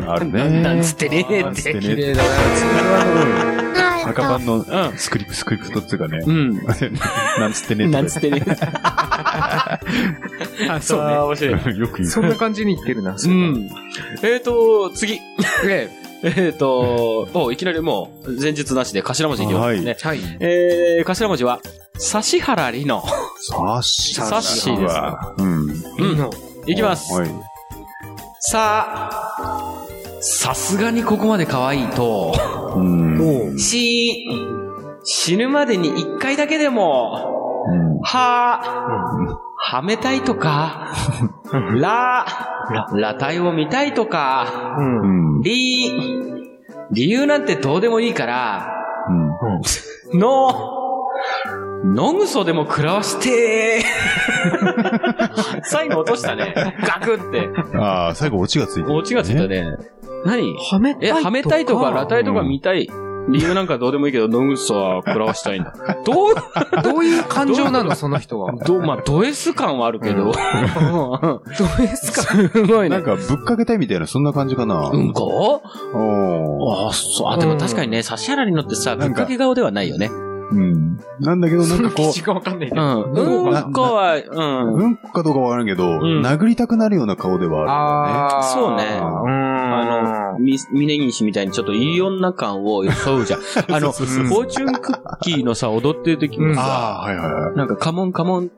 Speaker 3: あるね。
Speaker 1: なんつってねえ
Speaker 3: なん
Speaker 1: っ。
Speaker 3: つってて
Speaker 1: 綺
Speaker 3: ね。
Speaker 1: 麗だな。
Speaker 3: 赤パンの
Speaker 4: う
Speaker 3: スクリプト、スクリプトっていうかね。
Speaker 4: ん。
Speaker 3: なんつって
Speaker 4: う
Speaker 3: ね。
Speaker 4: ん。なんつって ね。
Speaker 1: あ、そうね。
Speaker 4: あー、面白 い。
Speaker 3: よく言う。
Speaker 1: そんな感じに言ってるな。
Speaker 4: うん。えーと、次。
Speaker 1: え
Speaker 4: えーと、お、いきなりもう、前日なしで頭文字いきますね。
Speaker 1: はい。
Speaker 4: えー、頭文字は、指原里乃。
Speaker 3: サッシー。
Speaker 4: サッシーです
Speaker 3: うん。
Speaker 4: うん
Speaker 1: の。
Speaker 4: いきます。
Speaker 3: はい。
Speaker 4: さあ、さすがにここまで可愛いと、
Speaker 3: うん。うん
Speaker 4: し、死ぬまでに一回だけでも、は、はめたいとか、ら、裸体を見たいとか、り、理由なんてどうでもいいから、の、のぐそでも食らわして、 最後落としたね。ガクって。
Speaker 3: ああ、最後オチがついてる。
Speaker 4: オチがついたね。何
Speaker 1: はめたい
Speaker 4: え、
Speaker 1: とか。
Speaker 4: はめたいとか、裸体とか見たい。理由なんかどうでもいいけど、のぐそは食らわしたいんだ。どう、
Speaker 1: どういう感情なの、その人は。
Speaker 4: ど、まあ、ド S 感はあるけど。
Speaker 1: どうですか
Speaker 4: すごい
Speaker 3: な
Speaker 4: ね
Speaker 3: ん。かぶっかけたいみたいな、そんな感じかな。
Speaker 4: うんこ
Speaker 3: おー
Speaker 4: ああ、そう。あ、でも確かにね、差し上がりのってさ、ぶ
Speaker 3: な
Speaker 4: っ
Speaker 3: んか
Speaker 4: かけ顔ではないよね。
Speaker 3: うん。なんだけど、なんか こう、
Speaker 1: 違うわかんないけ
Speaker 4: う
Speaker 1: ど。
Speaker 4: ん。
Speaker 3: どうかな
Speaker 4: うんこは、うん。
Speaker 3: うんこかどうかわからんけど、
Speaker 4: ん
Speaker 3: 殴りたくなるような顔ではあ
Speaker 1: あー
Speaker 4: そうね
Speaker 1: うーん。
Speaker 4: あの、み、峯岸みたいにちょっといい女感を装 うじゃん。あの、フォーチュンクッキーのさ、踊ってる時も
Speaker 3: る。
Speaker 4: さ、
Speaker 3: ああ、はいはいはい。
Speaker 4: なんかカモンカモン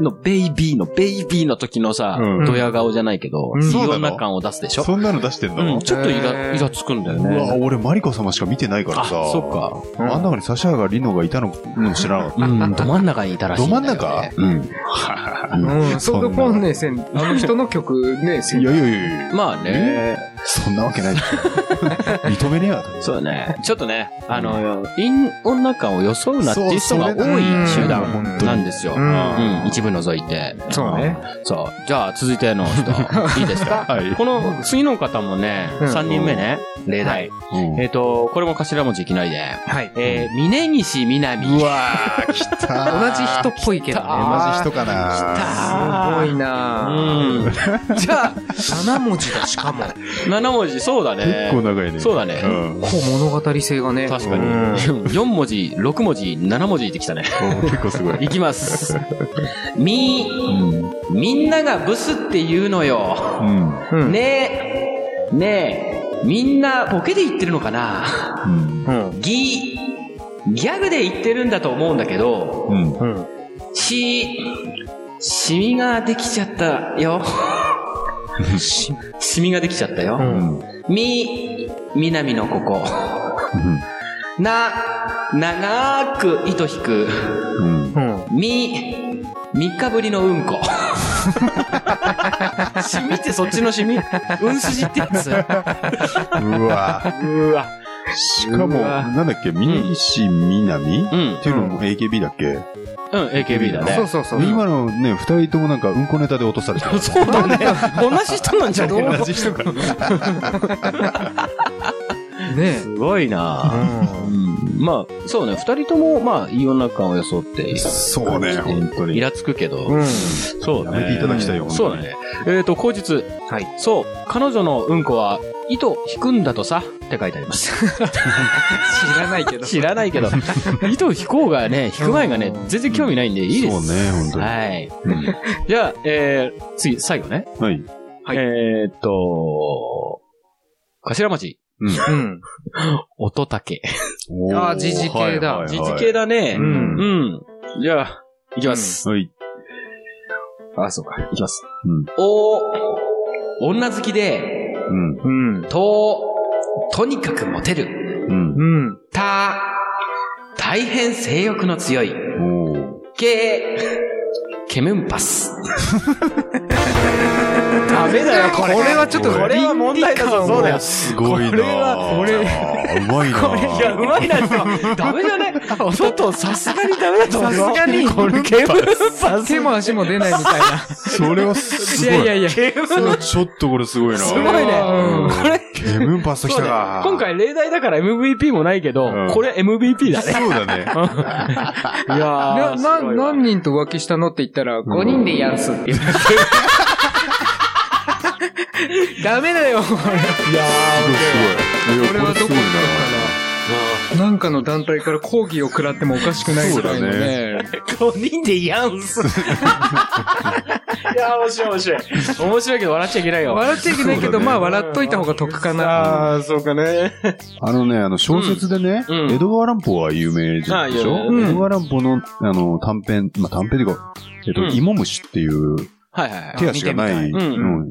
Speaker 4: のベイビーの、ベイビーの時のさ、
Speaker 3: うん
Speaker 4: ドヤ顔じゃないけど、
Speaker 1: うん
Speaker 4: いい
Speaker 3: そうな
Speaker 4: 女
Speaker 3: の
Speaker 4: 感を出すでしょ
Speaker 3: そんなの出してん
Speaker 4: うん、
Speaker 3: の
Speaker 4: ちょっとイ
Speaker 1: へ
Speaker 4: ラ、
Speaker 1: ー
Speaker 4: イラつくんだよ
Speaker 3: うわ、
Speaker 4: ね。
Speaker 3: 俺、マリコ様しか見てないから
Speaker 4: あ、
Speaker 3: さ。
Speaker 4: そっ
Speaker 3: あん中に指原りのがいたのも知らなかっ
Speaker 4: か。うん、ど真ん中にいた
Speaker 3: た。
Speaker 4: らしい
Speaker 3: ど
Speaker 4: んだ
Speaker 3: 真
Speaker 4: よ、
Speaker 3: ん
Speaker 4: ね。
Speaker 3: 中うん。
Speaker 1: うん、ソードコンね、せん、あの人の曲ね、せ
Speaker 3: い
Speaker 1: ん。
Speaker 3: やいやいやいや
Speaker 4: まあね。
Speaker 3: そんなわけない でしょ。認めねえやと。
Speaker 4: そうだね。ちょっとね、あの、陰女感を装うなっていう人が多い集団なんですよ。うん、一部除いて。
Speaker 1: そうね。
Speaker 4: そう。じゃあ、続いての人、いいですか
Speaker 3: はい
Speaker 4: この、次の方もね、
Speaker 1: うん
Speaker 4: 3人目ね、例題。えっと、これも頭文字いきなりで。
Speaker 1: はい。
Speaker 4: えー、峰岸みなみ。
Speaker 3: うわー、来た
Speaker 1: 同
Speaker 3: ー。
Speaker 1: じ人っぽいけどね。
Speaker 3: 同じ人かな
Speaker 1: すごいなぁ。
Speaker 4: うん。 じゃあ、
Speaker 1: 7文字だ、しかも。こ
Speaker 4: 7文字、そうだね
Speaker 3: 結。構長いね。
Speaker 4: そうだね。
Speaker 3: うん。
Speaker 1: う物語性がね。
Speaker 4: 確か
Speaker 1: う
Speaker 4: に。
Speaker 1: ん
Speaker 4: 4文字、6文字、7文字ってきたね。
Speaker 3: 結構すごい。
Speaker 4: いきます。み、みんながブスって言うのよ。
Speaker 3: うん。
Speaker 1: うん
Speaker 4: ねえ、ねえ、みんなボケで言ってるのかな
Speaker 3: うん。
Speaker 4: ぎ、ギャグで言ってるんだと思うんだけど、
Speaker 3: うん。
Speaker 4: し、シミができちゃった よ。し、シミができちゃったよ。み、みなみのここ。な、長く糸引く。
Speaker 3: うん。
Speaker 4: み、三日ぶりの うんこ。シミってそっちのシミうんすじってやつ。
Speaker 3: うわー。
Speaker 4: うわ。
Speaker 3: しかも、なんだっけ、峯岸みなみっ
Speaker 4: うん。
Speaker 3: ていうのも AKB だっけ
Speaker 4: うん、AKB だ
Speaker 1: そう
Speaker 4: ね。
Speaker 1: そうそう。
Speaker 3: 今のね、二人ともなんか、うんこネタで落とされてる。
Speaker 4: そうだね。同じ人なんじ ゃね
Speaker 3: じ人か。
Speaker 1: ね
Speaker 4: すごいなうん。まあ、そうね。二人とも、まあ、いい女感を装って、
Speaker 3: そうね、本当
Speaker 4: イ
Speaker 3: に。
Speaker 4: ラつくけど。
Speaker 1: うん。
Speaker 4: そう
Speaker 3: やめていただきたいよ、本
Speaker 4: そう
Speaker 3: 当
Speaker 4: だ
Speaker 3: に。
Speaker 4: ね。えっと、後日。
Speaker 1: はい。
Speaker 4: そう。彼女のうんこは、糸引くんだとさ、って書いてあ ります。
Speaker 1: 知らないけど。
Speaker 4: 知らないけど、糸引こうがね、引く前がね、全然興味ないんで、いいです。
Speaker 3: そうね、本当に。
Speaker 4: はい。 じゃあ、えー、次、最後ね。
Speaker 3: はい。
Speaker 1: はい
Speaker 4: えーっと、頭文字、
Speaker 1: うん。
Speaker 4: 音竹。
Speaker 3: おー
Speaker 1: あー時事系だ
Speaker 3: はいはいはい
Speaker 4: 時事系だね。
Speaker 1: う。
Speaker 4: うんん。じゃあ、いきます。
Speaker 3: はい。
Speaker 4: あ、そうか。いきます。
Speaker 3: うん
Speaker 4: お女好きで、
Speaker 3: うん。
Speaker 1: うん。
Speaker 4: と、とにかくモテる。
Speaker 3: うん。
Speaker 1: うん。
Speaker 4: た、大変性欲の強い。
Speaker 3: おー
Speaker 4: け、ケムンパス。 ダメだよ、これ。
Speaker 1: これはちょっと、
Speaker 4: これは問題だぞ、そうだよ。
Speaker 3: すごいな
Speaker 4: これは
Speaker 3: これ、うまいな
Speaker 4: これ、いや、うまいな、ダメじゃないちょっと、さすがにダメだと思うよ。
Speaker 1: さすがに
Speaker 4: これ、ケムンパス。
Speaker 1: 手も足も出ないみたいな。
Speaker 3: それはす
Speaker 1: い
Speaker 3: ごい。
Speaker 1: やいやいや。
Speaker 4: ケムンパ
Speaker 3: それはちょっとこれすごいな
Speaker 4: ス。すごい
Speaker 3: う
Speaker 4: ね。
Speaker 3: ん
Speaker 4: これ、
Speaker 3: ゲムンパス来
Speaker 4: そ
Speaker 3: た
Speaker 4: うね
Speaker 3: か。
Speaker 4: 今回例題だから MVP もないけど
Speaker 3: うん、
Speaker 4: これ MVP だね。
Speaker 3: そうだね。
Speaker 4: いや
Speaker 1: な、な、何人と浮気したのって言ったら、5人でやんすって言われてダメだよ、こ
Speaker 3: いやすごい。
Speaker 1: れ。これはどこ行
Speaker 3: す
Speaker 1: っ
Speaker 3: ごい
Speaker 1: たかな。なんかの団体から抗議を食らってもおかしくないぐらいの
Speaker 3: そうだ
Speaker 1: ね。
Speaker 4: 5人でやんす。いや、面白い面白い。面白いけど笑っちゃいけないよ。
Speaker 1: 笑っちゃいけないけ
Speaker 3: そ
Speaker 1: ど、
Speaker 3: うだね
Speaker 1: まあ笑っといた方が得かな。
Speaker 4: ああ、そうかね。
Speaker 3: あのね、あの、小説でね、
Speaker 4: うんうん
Speaker 3: 江戸川乱歩は有名じゃないでしょ、
Speaker 4: あ有
Speaker 1: 名
Speaker 3: 江戸川乱歩の、あの、短編、まあ、短編っていうか、えっと、
Speaker 4: うん
Speaker 3: 芋虫っていう、
Speaker 4: はいはいはいはい。
Speaker 3: 手足がない、
Speaker 4: 見てみたいうん
Speaker 3: うん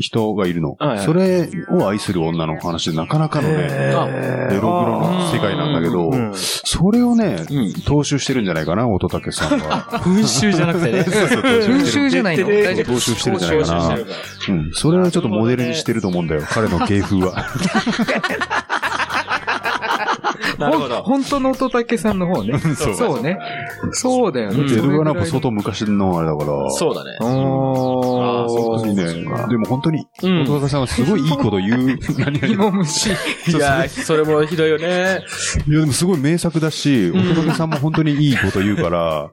Speaker 3: 人がいるの
Speaker 4: はいは。い
Speaker 3: それを愛する女の話でなかなかのね、エログロの世界なんだけど、それをね、踏襲してるんじゃないかな、乙武さんは。
Speaker 8: 噴臭じゃなくて ね。
Speaker 5: 群衆じゃないの大丈夫
Speaker 3: 踏襲してるんじゃないかな。うん。それをちょっとモデルにしてると思うんだよ、彼の芸風は。
Speaker 4: なるほど。
Speaker 5: 本当の乙武さんの方ね。
Speaker 3: そう
Speaker 5: そうね。そうだよね。
Speaker 3: エ
Speaker 5: それ
Speaker 3: ド
Speaker 5: ぐら
Speaker 3: ガないんか相当昔のあれだから。
Speaker 4: そうだね。
Speaker 5: あ
Speaker 4: あーそう
Speaker 3: 本当にね。でも本当に、
Speaker 4: うん
Speaker 3: 乙武さんはすごいいいこと言う。何
Speaker 5: ー芋 虫。
Speaker 4: いやー、それもひどいよね。
Speaker 3: いや、でもすごい名作だし、乙武さんも本当にいいこと言うから、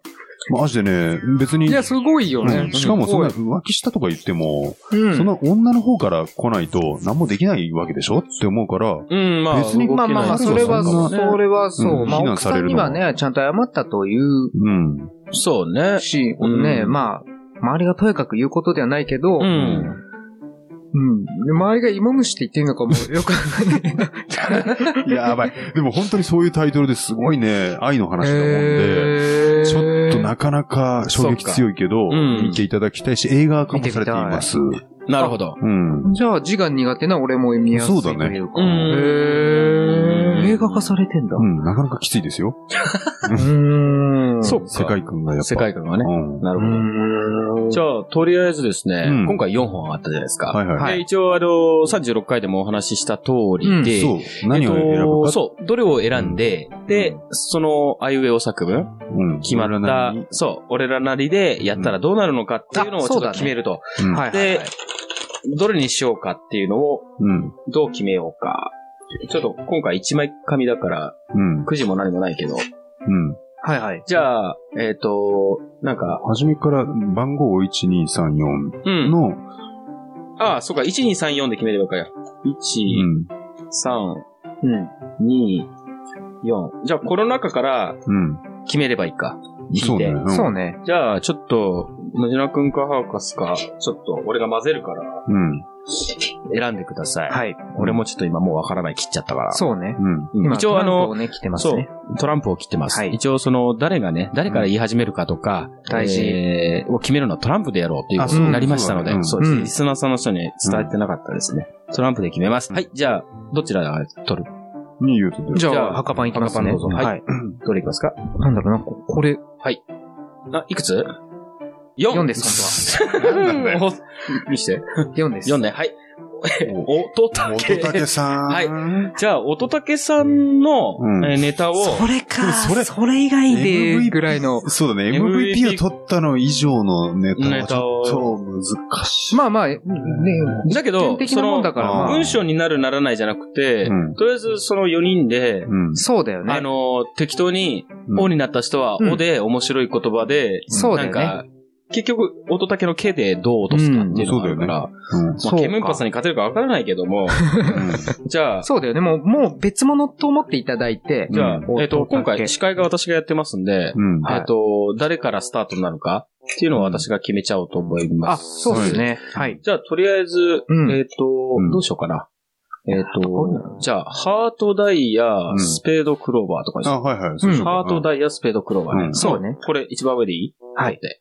Speaker 3: マジでね、別に
Speaker 5: い、や、すごいよ
Speaker 3: う
Speaker 5: ね
Speaker 3: ん。しかもそんな
Speaker 5: す
Speaker 3: 浮気したとか言っても、
Speaker 5: ごい、うん
Speaker 3: そんな女の方から来ないと何もできないわけでしょって思うから、
Speaker 4: うん、まあ、
Speaker 3: 別に
Speaker 4: 動け
Speaker 5: ま
Speaker 4: な
Speaker 5: あ
Speaker 4: い
Speaker 5: まあまあ、そ
Speaker 3: 動
Speaker 5: れ
Speaker 3: け
Speaker 5: は、
Speaker 3: ない
Speaker 5: それはそうう。
Speaker 3: ん
Speaker 5: まあ、
Speaker 3: 非難
Speaker 5: 奥
Speaker 3: さ
Speaker 5: さ
Speaker 3: れ
Speaker 5: ん
Speaker 3: る
Speaker 5: に
Speaker 3: のは
Speaker 5: はね、ちゃんと謝ったという
Speaker 3: うん。
Speaker 4: そうね。
Speaker 5: し、
Speaker 4: うん
Speaker 5: ね、まあ、周りがとやかく言うことではないけど、
Speaker 4: う
Speaker 5: うん。
Speaker 4: ん。
Speaker 5: で周りが芋虫って言ってるのかもよくわ かんない。
Speaker 3: やばい。でも本当にそういうタイトルですごいね、愛の話だもんで、
Speaker 5: へー
Speaker 3: ちょっとなかなか衝撃強いけど、
Speaker 4: うん
Speaker 3: 見ていただきたいし、映画化もされています。う
Speaker 4: なるほど。
Speaker 3: ん。
Speaker 5: じゃあ字が苦手な俺も見やすい
Speaker 3: そうだね
Speaker 5: というか。
Speaker 4: うん
Speaker 5: へー映画化されてんだ
Speaker 3: う。ん、なかなかきついですよ。
Speaker 5: うん
Speaker 4: そっか
Speaker 3: 世界観がやっぱ。
Speaker 4: 世界観がね。
Speaker 3: うん。
Speaker 4: なるほど。じゃあ、とりあえずですね、
Speaker 3: うん
Speaker 4: 今回4本あったじゃないですか。
Speaker 3: はいはい。
Speaker 4: で一応、あの、36回でもお話しした通りで、
Speaker 3: そう。何を選ぶ
Speaker 4: えっ
Speaker 3: か
Speaker 4: と。そう、どれを選んで、で、その、あいうえお作文、
Speaker 3: うん
Speaker 4: 決ま
Speaker 3: 俺ら
Speaker 4: っ
Speaker 3: な
Speaker 4: た
Speaker 3: りに、
Speaker 4: そう、俺らなりでやったらどうなるのかっていうのを
Speaker 5: あ
Speaker 4: ちょ
Speaker 5: そ
Speaker 4: っ
Speaker 5: う
Speaker 4: と
Speaker 5: だね
Speaker 4: 決めると。
Speaker 3: うん
Speaker 5: はいはい
Speaker 4: で
Speaker 5: はい、
Speaker 4: どれにしようかっていうのを
Speaker 3: うん。
Speaker 4: どう決めようか。ちょっと今回一枚紙だから、
Speaker 3: うん。
Speaker 4: くじも何もないけど。
Speaker 3: うん。
Speaker 5: はいはい。
Speaker 4: じゃあ、えっ、と、なんか、
Speaker 3: 初めから番号1234
Speaker 4: うん。
Speaker 3: の、
Speaker 4: ああ、そうか、1234で決めればいいかや。
Speaker 3: う
Speaker 4: 1、
Speaker 3: ん。
Speaker 4: 3、2、4。じゃあ、この中から
Speaker 3: うん。
Speaker 4: 決めればいいか。
Speaker 3: そうね。ん
Speaker 5: そう。ね。
Speaker 4: じゃあ、ちょっと、ムジナ君かハーカスか、ちょっと、俺が混ぜるから、
Speaker 3: うん。
Speaker 4: 選んでください。
Speaker 5: はい。
Speaker 4: 俺もちょっと今もうわからない切っちゃったから。
Speaker 5: そうね。
Speaker 3: うん。
Speaker 4: うん
Speaker 5: 今
Speaker 4: 一応あ
Speaker 5: トランプを
Speaker 4: の、
Speaker 5: ね、来てます
Speaker 4: そう
Speaker 5: ね。、
Speaker 4: トランプを切ってます。
Speaker 5: はい
Speaker 4: 一応その、誰がね、誰から言い始めるかとか、
Speaker 5: 大事
Speaker 4: えーを決めるのはトランプでやろうということになりましたので、
Speaker 3: あ
Speaker 4: そ
Speaker 3: そう
Speaker 4: です、
Speaker 5: うん
Speaker 4: リスナーさんの人に伝えてなかったですね。トランプで決めます。はい、じゃあ、どちらが取る
Speaker 3: に言うと
Speaker 5: じゃ
Speaker 4: じゃ
Speaker 5: あ、
Speaker 4: あ
Speaker 5: 墓パンいきますね。
Speaker 4: 墓パンどうぞはい
Speaker 5: はい。
Speaker 4: どれいきますか
Speaker 5: なんだろうな、ここれ、
Speaker 4: あ、いくつ ?4!
Speaker 5: 4です、
Speaker 4: 本当 は。見して。
Speaker 5: 4です。
Speaker 4: 4ね、はい。おとたけ。
Speaker 3: 乙武さん。
Speaker 4: はい
Speaker 3: い。
Speaker 4: じゃあ、おとたけさんの
Speaker 3: うん
Speaker 4: えーネタを、
Speaker 5: それか、そ
Speaker 3: それ
Speaker 5: れ、それ以外で、
Speaker 3: MVP
Speaker 5: ぐらいの。
Speaker 3: そうだね。
Speaker 4: MVP
Speaker 3: MVP を取ったの以上のネタ
Speaker 4: ネ
Speaker 3: はち
Speaker 4: タ
Speaker 3: ょ
Speaker 4: を
Speaker 3: っと難しい。
Speaker 5: まあまあ、ね、
Speaker 4: だ
Speaker 5: 実
Speaker 4: けど
Speaker 5: 験、的
Speaker 4: そ
Speaker 5: なもんだ
Speaker 4: の、
Speaker 5: から、
Speaker 3: その
Speaker 5: ま
Speaker 3: う
Speaker 5: あ
Speaker 3: ん
Speaker 4: 文章になるならないじゃなくて、
Speaker 3: うん
Speaker 4: とりあえずその4人で、
Speaker 3: うん。
Speaker 5: そうだよ
Speaker 4: あ
Speaker 5: ね。
Speaker 4: の、適当に、
Speaker 3: うん
Speaker 4: おになった人は、
Speaker 5: うん
Speaker 4: おで面白い言葉で、
Speaker 5: そうだ
Speaker 4: な
Speaker 5: よ
Speaker 4: ん
Speaker 5: ね
Speaker 4: か、結局、音だけのけでどう落とすかっていうのがあるから、
Speaker 3: うん
Speaker 4: まあ、ケムンパスに勝てるかわからないけども、じゃあ、
Speaker 5: そうだよね。もう、もう別物と思っていただいて、
Speaker 4: じゃあ、
Speaker 5: うん
Speaker 4: えっと、今
Speaker 5: 乙武
Speaker 4: 回、司会が私がやってますんで、
Speaker 3: うん。
Speaker 5: はい
Speaker 4: えっと、誰からスタートになるかっていうのを私が決めちゃおうと思いま
Speaker 5: あ、
Speaker 4: す。
Speaker 5: そうですね。はい。
Speaker 4: じゃあ、とりあえず、
Speaker 5: うん
Speaker 4: えっと
Speaker 3: うん、
Speaker 4: どうしようかな。えっ
Speaker 5: う
Speaker 4: と、じゃあ、ハートダイヤ
Speaker 3: ん、
Speaker 4: スペードクローバーとかにしよう
Speaker 3: あ、はいはい。そうしようか
Speaker 4: ハート、ダイヤ、スペード、クローバーね。
Speaker 3: うん
Speaker 5: そうね
Speaker 4: これ一番上でいい
Speaker 5: はい
Speaker 4: で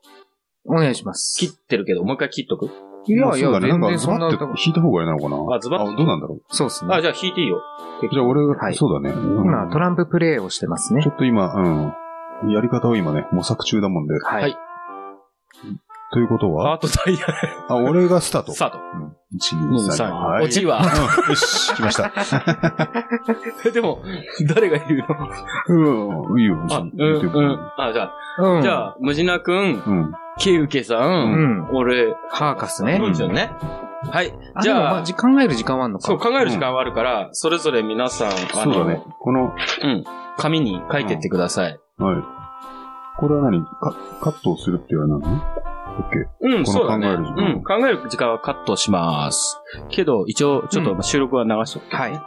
Speaker 5: お願いします。
Speaker 4: 切ってるけど、もう一回切っとく
Speaker 5: い
Speaker 3: まあ
Speaker 5: やい
Speaker 3: そう
Speaker 5: や、
Speaker 3: だね。な
Speaker 5: 全
Speaker 3: んか
Speaker 5: 然
Speaker 3: ズ
Speaker 5: そん
Speaker 3: バ
Speaker 5: な
Speaker 3: ッて
Speaker 5: とこ。
Speaker 3: 引いた方がいいなのかな。
Speaker 4: あズバッと
Speaker 3: あ、どうなんだろ
Speaker 5: そうです
Speaker 4: あ、
Speaker 5: ね。
Speaker 4: じゃあ引いていいよ。。
Speaker 3: う。じゃあ俺
Speaker 5: は
Speaker 3: が、
Speaker 5: い
Speaker 3: そうだね。うん
Speaker 5: 今、トランププレイをしてますね
Speaker 3: ちょ。っと今、うん。やり方を今ね、模索中だもんで。
Speaker 5: はい
Speaker 3: ということ
Speaker 4: ハ
Speaker 3: は
Speaker 4: ートダイヤ、
Speaker 3: あ、俺がスタート。
Speaker 4: スタート。
Speaker 3: 1、
Speaker 4: もう
Speaker 3: 2、3。
Speaker 4: 3
Speaker 3: は
Speaker 4: 位。
Speaker 3: い。
Speaker 4: 落ちは。
Speaker 3: うんよし、来ま した。
Speaker 4: でも、誰が言うの
Speaker 3: うん、いいよ。
Speaker 4: あ、うん、うん。あ、じゃあ、
Speaker 5: うん。
Speaker 4: じゃあ、ムジナくん、
Speaker 3: うん。
Speaker 4: ケウケさ、
Speaker 5: うんん。
Speaker 4: 俺、
Speaker 5: ハーカス
Speaker 4: え
Speaker 5: ね。
Speaker 4: ですよね。はい。
Speaker 5: あ
Speaker 4: じ
Speaker 5: でもま
Speaker 4: ゃ
Speaker 5: あ
Speaker 4: あ、
Speaker 5: じ考える時間はあんのか。
Speaker 4: そう、考える時間はあるから、それぞれ皆さん、あ
Speaker 3: そうだね
Speaker 4: の、。
Speaker 3: この、
Speaker 4: 紙に書いてってください。
Speaker 3: はい。これは何カカットをするって言われなのオッケー。
Speaker 4: うん、
Speaker 3: この
Speaker 4: そうだね。
Speaker 3: 考え
Speaker 4: う
Speaker 3: る時間
Speaker 4: ん、考える時間はカットします。けど、一応、ちょっと収録は流しとく。はい。
Speaker 3: うん。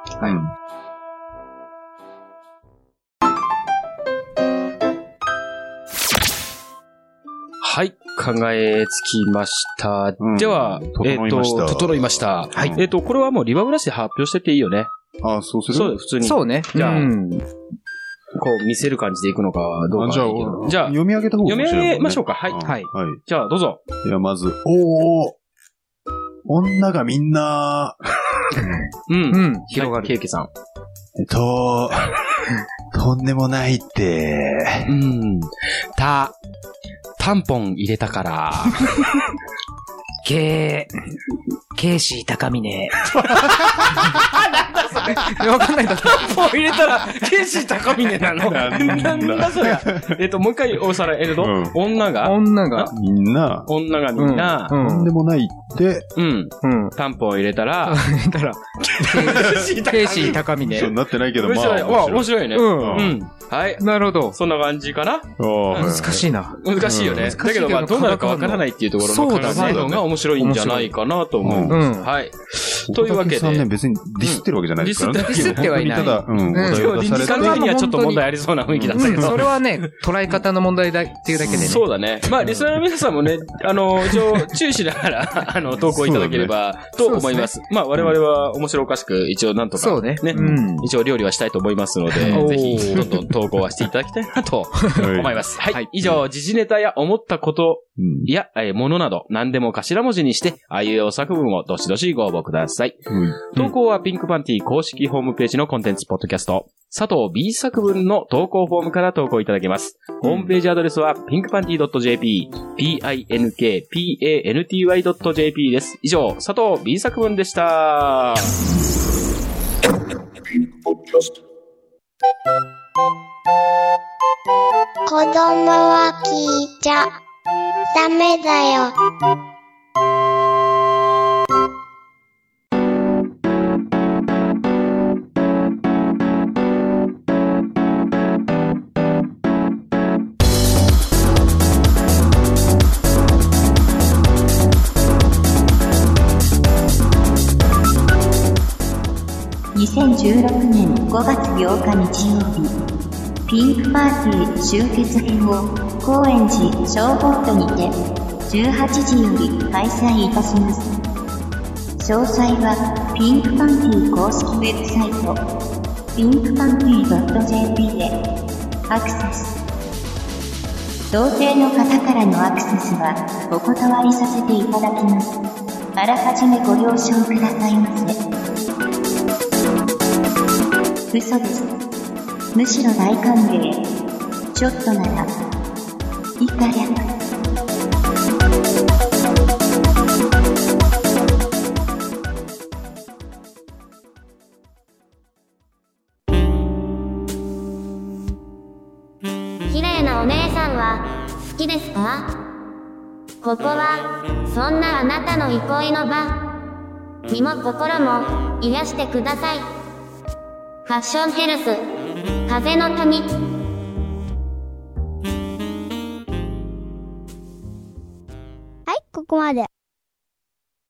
Speaker 4: はい、考えつきました。
Speaker 3: うん
Speaker 4: では、えっ、
Speaker 3: 整いました
Speaker 4: と、整いました。
Speaker 3: はい
Speaker 4: えっ、と、これはもうリバブラシで発表してっていいよね。
Speaker 3: あ、そうする
Speaker 4: そう、普通に。
Speaker 5: そうね。
Speaker 4: じゃあ
Speaker 5: うん
Speaker 4: こう見せる感じでいくのかはど
Speaker 3: あ
Speaker 4: うかは
Speaker 3: じゃ
Speaker 4: いいけど
Speaker 3: あ、
Speaker 4: じゃあ、
Speaker 3: 読み上げた方が
Speaker 4: 読み上げましょう
Speaker 3: か。
Speaker 4: か。はい。
Speaker 3: あ
Speaker 4: はい。
Speaker 3: はい。
Speaker 4: じゃあ、どうぞ。
Speaker 3: いや、まず、おお女がみんな、
Speaker 4: うん。
Speaker 1: うん。広が
Speaker 4: ケ
Speaker 1: る。
Speaker 4: イケさん。
Speaker 3: えっと、 とんでもないって。
Speaker 4: うん。た、タンポン入れたから。
Speaker 5: ケー、ケーシー高峰。なんだそれ。わかんないだろ。
Speaker 4: もう入れたら、ケンシー高峰なの。なんだそりゃ。えっと、もう一回おさらい、えっと、
Speaker 3: うん
Speaker 4: 女が、
Speaker 1: 女が、
Speaker 3: みんな、
Speaker 4: 女がみんな、
Speaker 1: う
Speaker 3: とん
Speaker 1: ん。
Speaker 3: でもないって、
Speaker 4: うん、
Speaker 1: うん。
Speaker 4: タンポン入れたら、
Speaker 1: だから、ケイシー高峰
Speaker 3: そう。なってないけど、
Speaker 4: 面
Speaker 3: まあ
Speaker 4: 白い。わ、面
Speaker 3: 白い。
Speaker 4: 白いね。
Speaker 1: う。
Speaker 4: うんん。はい。
Speaker 1: なるほど。
Speaker 4: そんな感じかな
Speaker 3: あ
Speaker 4: 難
Speaker 3: あ
Speaker 1: 難しいな。
Speaker 4: 難しいよね。
Speaker 1: うん
Speaker 4: だけど、まあ、
Speaker 1: 難しいけど
Speaker 4: どうなるかわからないっていうところの
Speaker 1: そう
Speaker 4: 考
Speaker 1: だね
Speaker 4: えのが面白いんじゃないかなと思う。
Speaker 1: う。
Speaker 3: うん
Speaker 4: はい。というわけで
Speaker 3: さんね、別にディスってるわけじゃないですからね。
Speaker 4: うんディ
Speaker 1: スってはいない
Speaker 3: ただ、うん、お題
Speaker 4: でも、
Speaker 3: を出
Speaker 4: 倫
Speaker 3: され
Speaker 4: 理
Speaker 3: て
Speaker 4: 観的にはちょっと問題ありそうな雰囲気だったけ
Speaker 1: うん
Speaker 4: ど。
Speaker 1: それはね、捉え方の問題だっていうだけでね。
Speaker 4: そうだね。まあ、リスナーの皆さんも ね、あの、一応、注視ながら、 あの、投稿いただければと思います。まあ、我々は面白おかしく、一応、なんとか。
Speaker 1: そうね。
Speaker 4: ね
Speaker 1: うん。
Speaker 4: 一応、料理はしたいと思いますので、
Speaker 1: おー
Speaker 4: ぜひ、どんどん投稿はしていただきたいなと
Speaker 3: はい
Speaker 4: 思います。はい。以上、時事ネタや思ったこと
Speaker 3: うん
Speaker 4: や、えー、ものなど、何でも頭文字にして、あいうえお作文をどしどしご応募ください。
Speaker 3: うん
Speaker 4: 投稿はピンクパンティ公式ホームページのコンテンツポッドキャスト、佐藤 B 作文の投稿フォームから投稿いただけます。ホームページアドレスは、ピンクパンティ .jp、p-i-n-k-p-a-n-t-y.jp です。以上、佐藤 B 作文でした。
Speaker 8: 子供は聞いちゃダメだよ。
Speaker 9: 2016年5月8日日曜日ピンクパーティー集結編を高円寺消防都にて18時より開催いたします詳細はピンクパンティー公式ウェブサイトピンクパンティー .jp でアクセス同性の方からのアクセスはお断りさせていただきますあらかじめご了承くださいませ嘘です。むしろ大歓迎。ちょっとなら、以下略。
Speaker 8: 綺麗なお姉さんは好きですかここはそんなあなたの憩いの場身も心も癒してくださいファッションヘルス風の谷はいここまで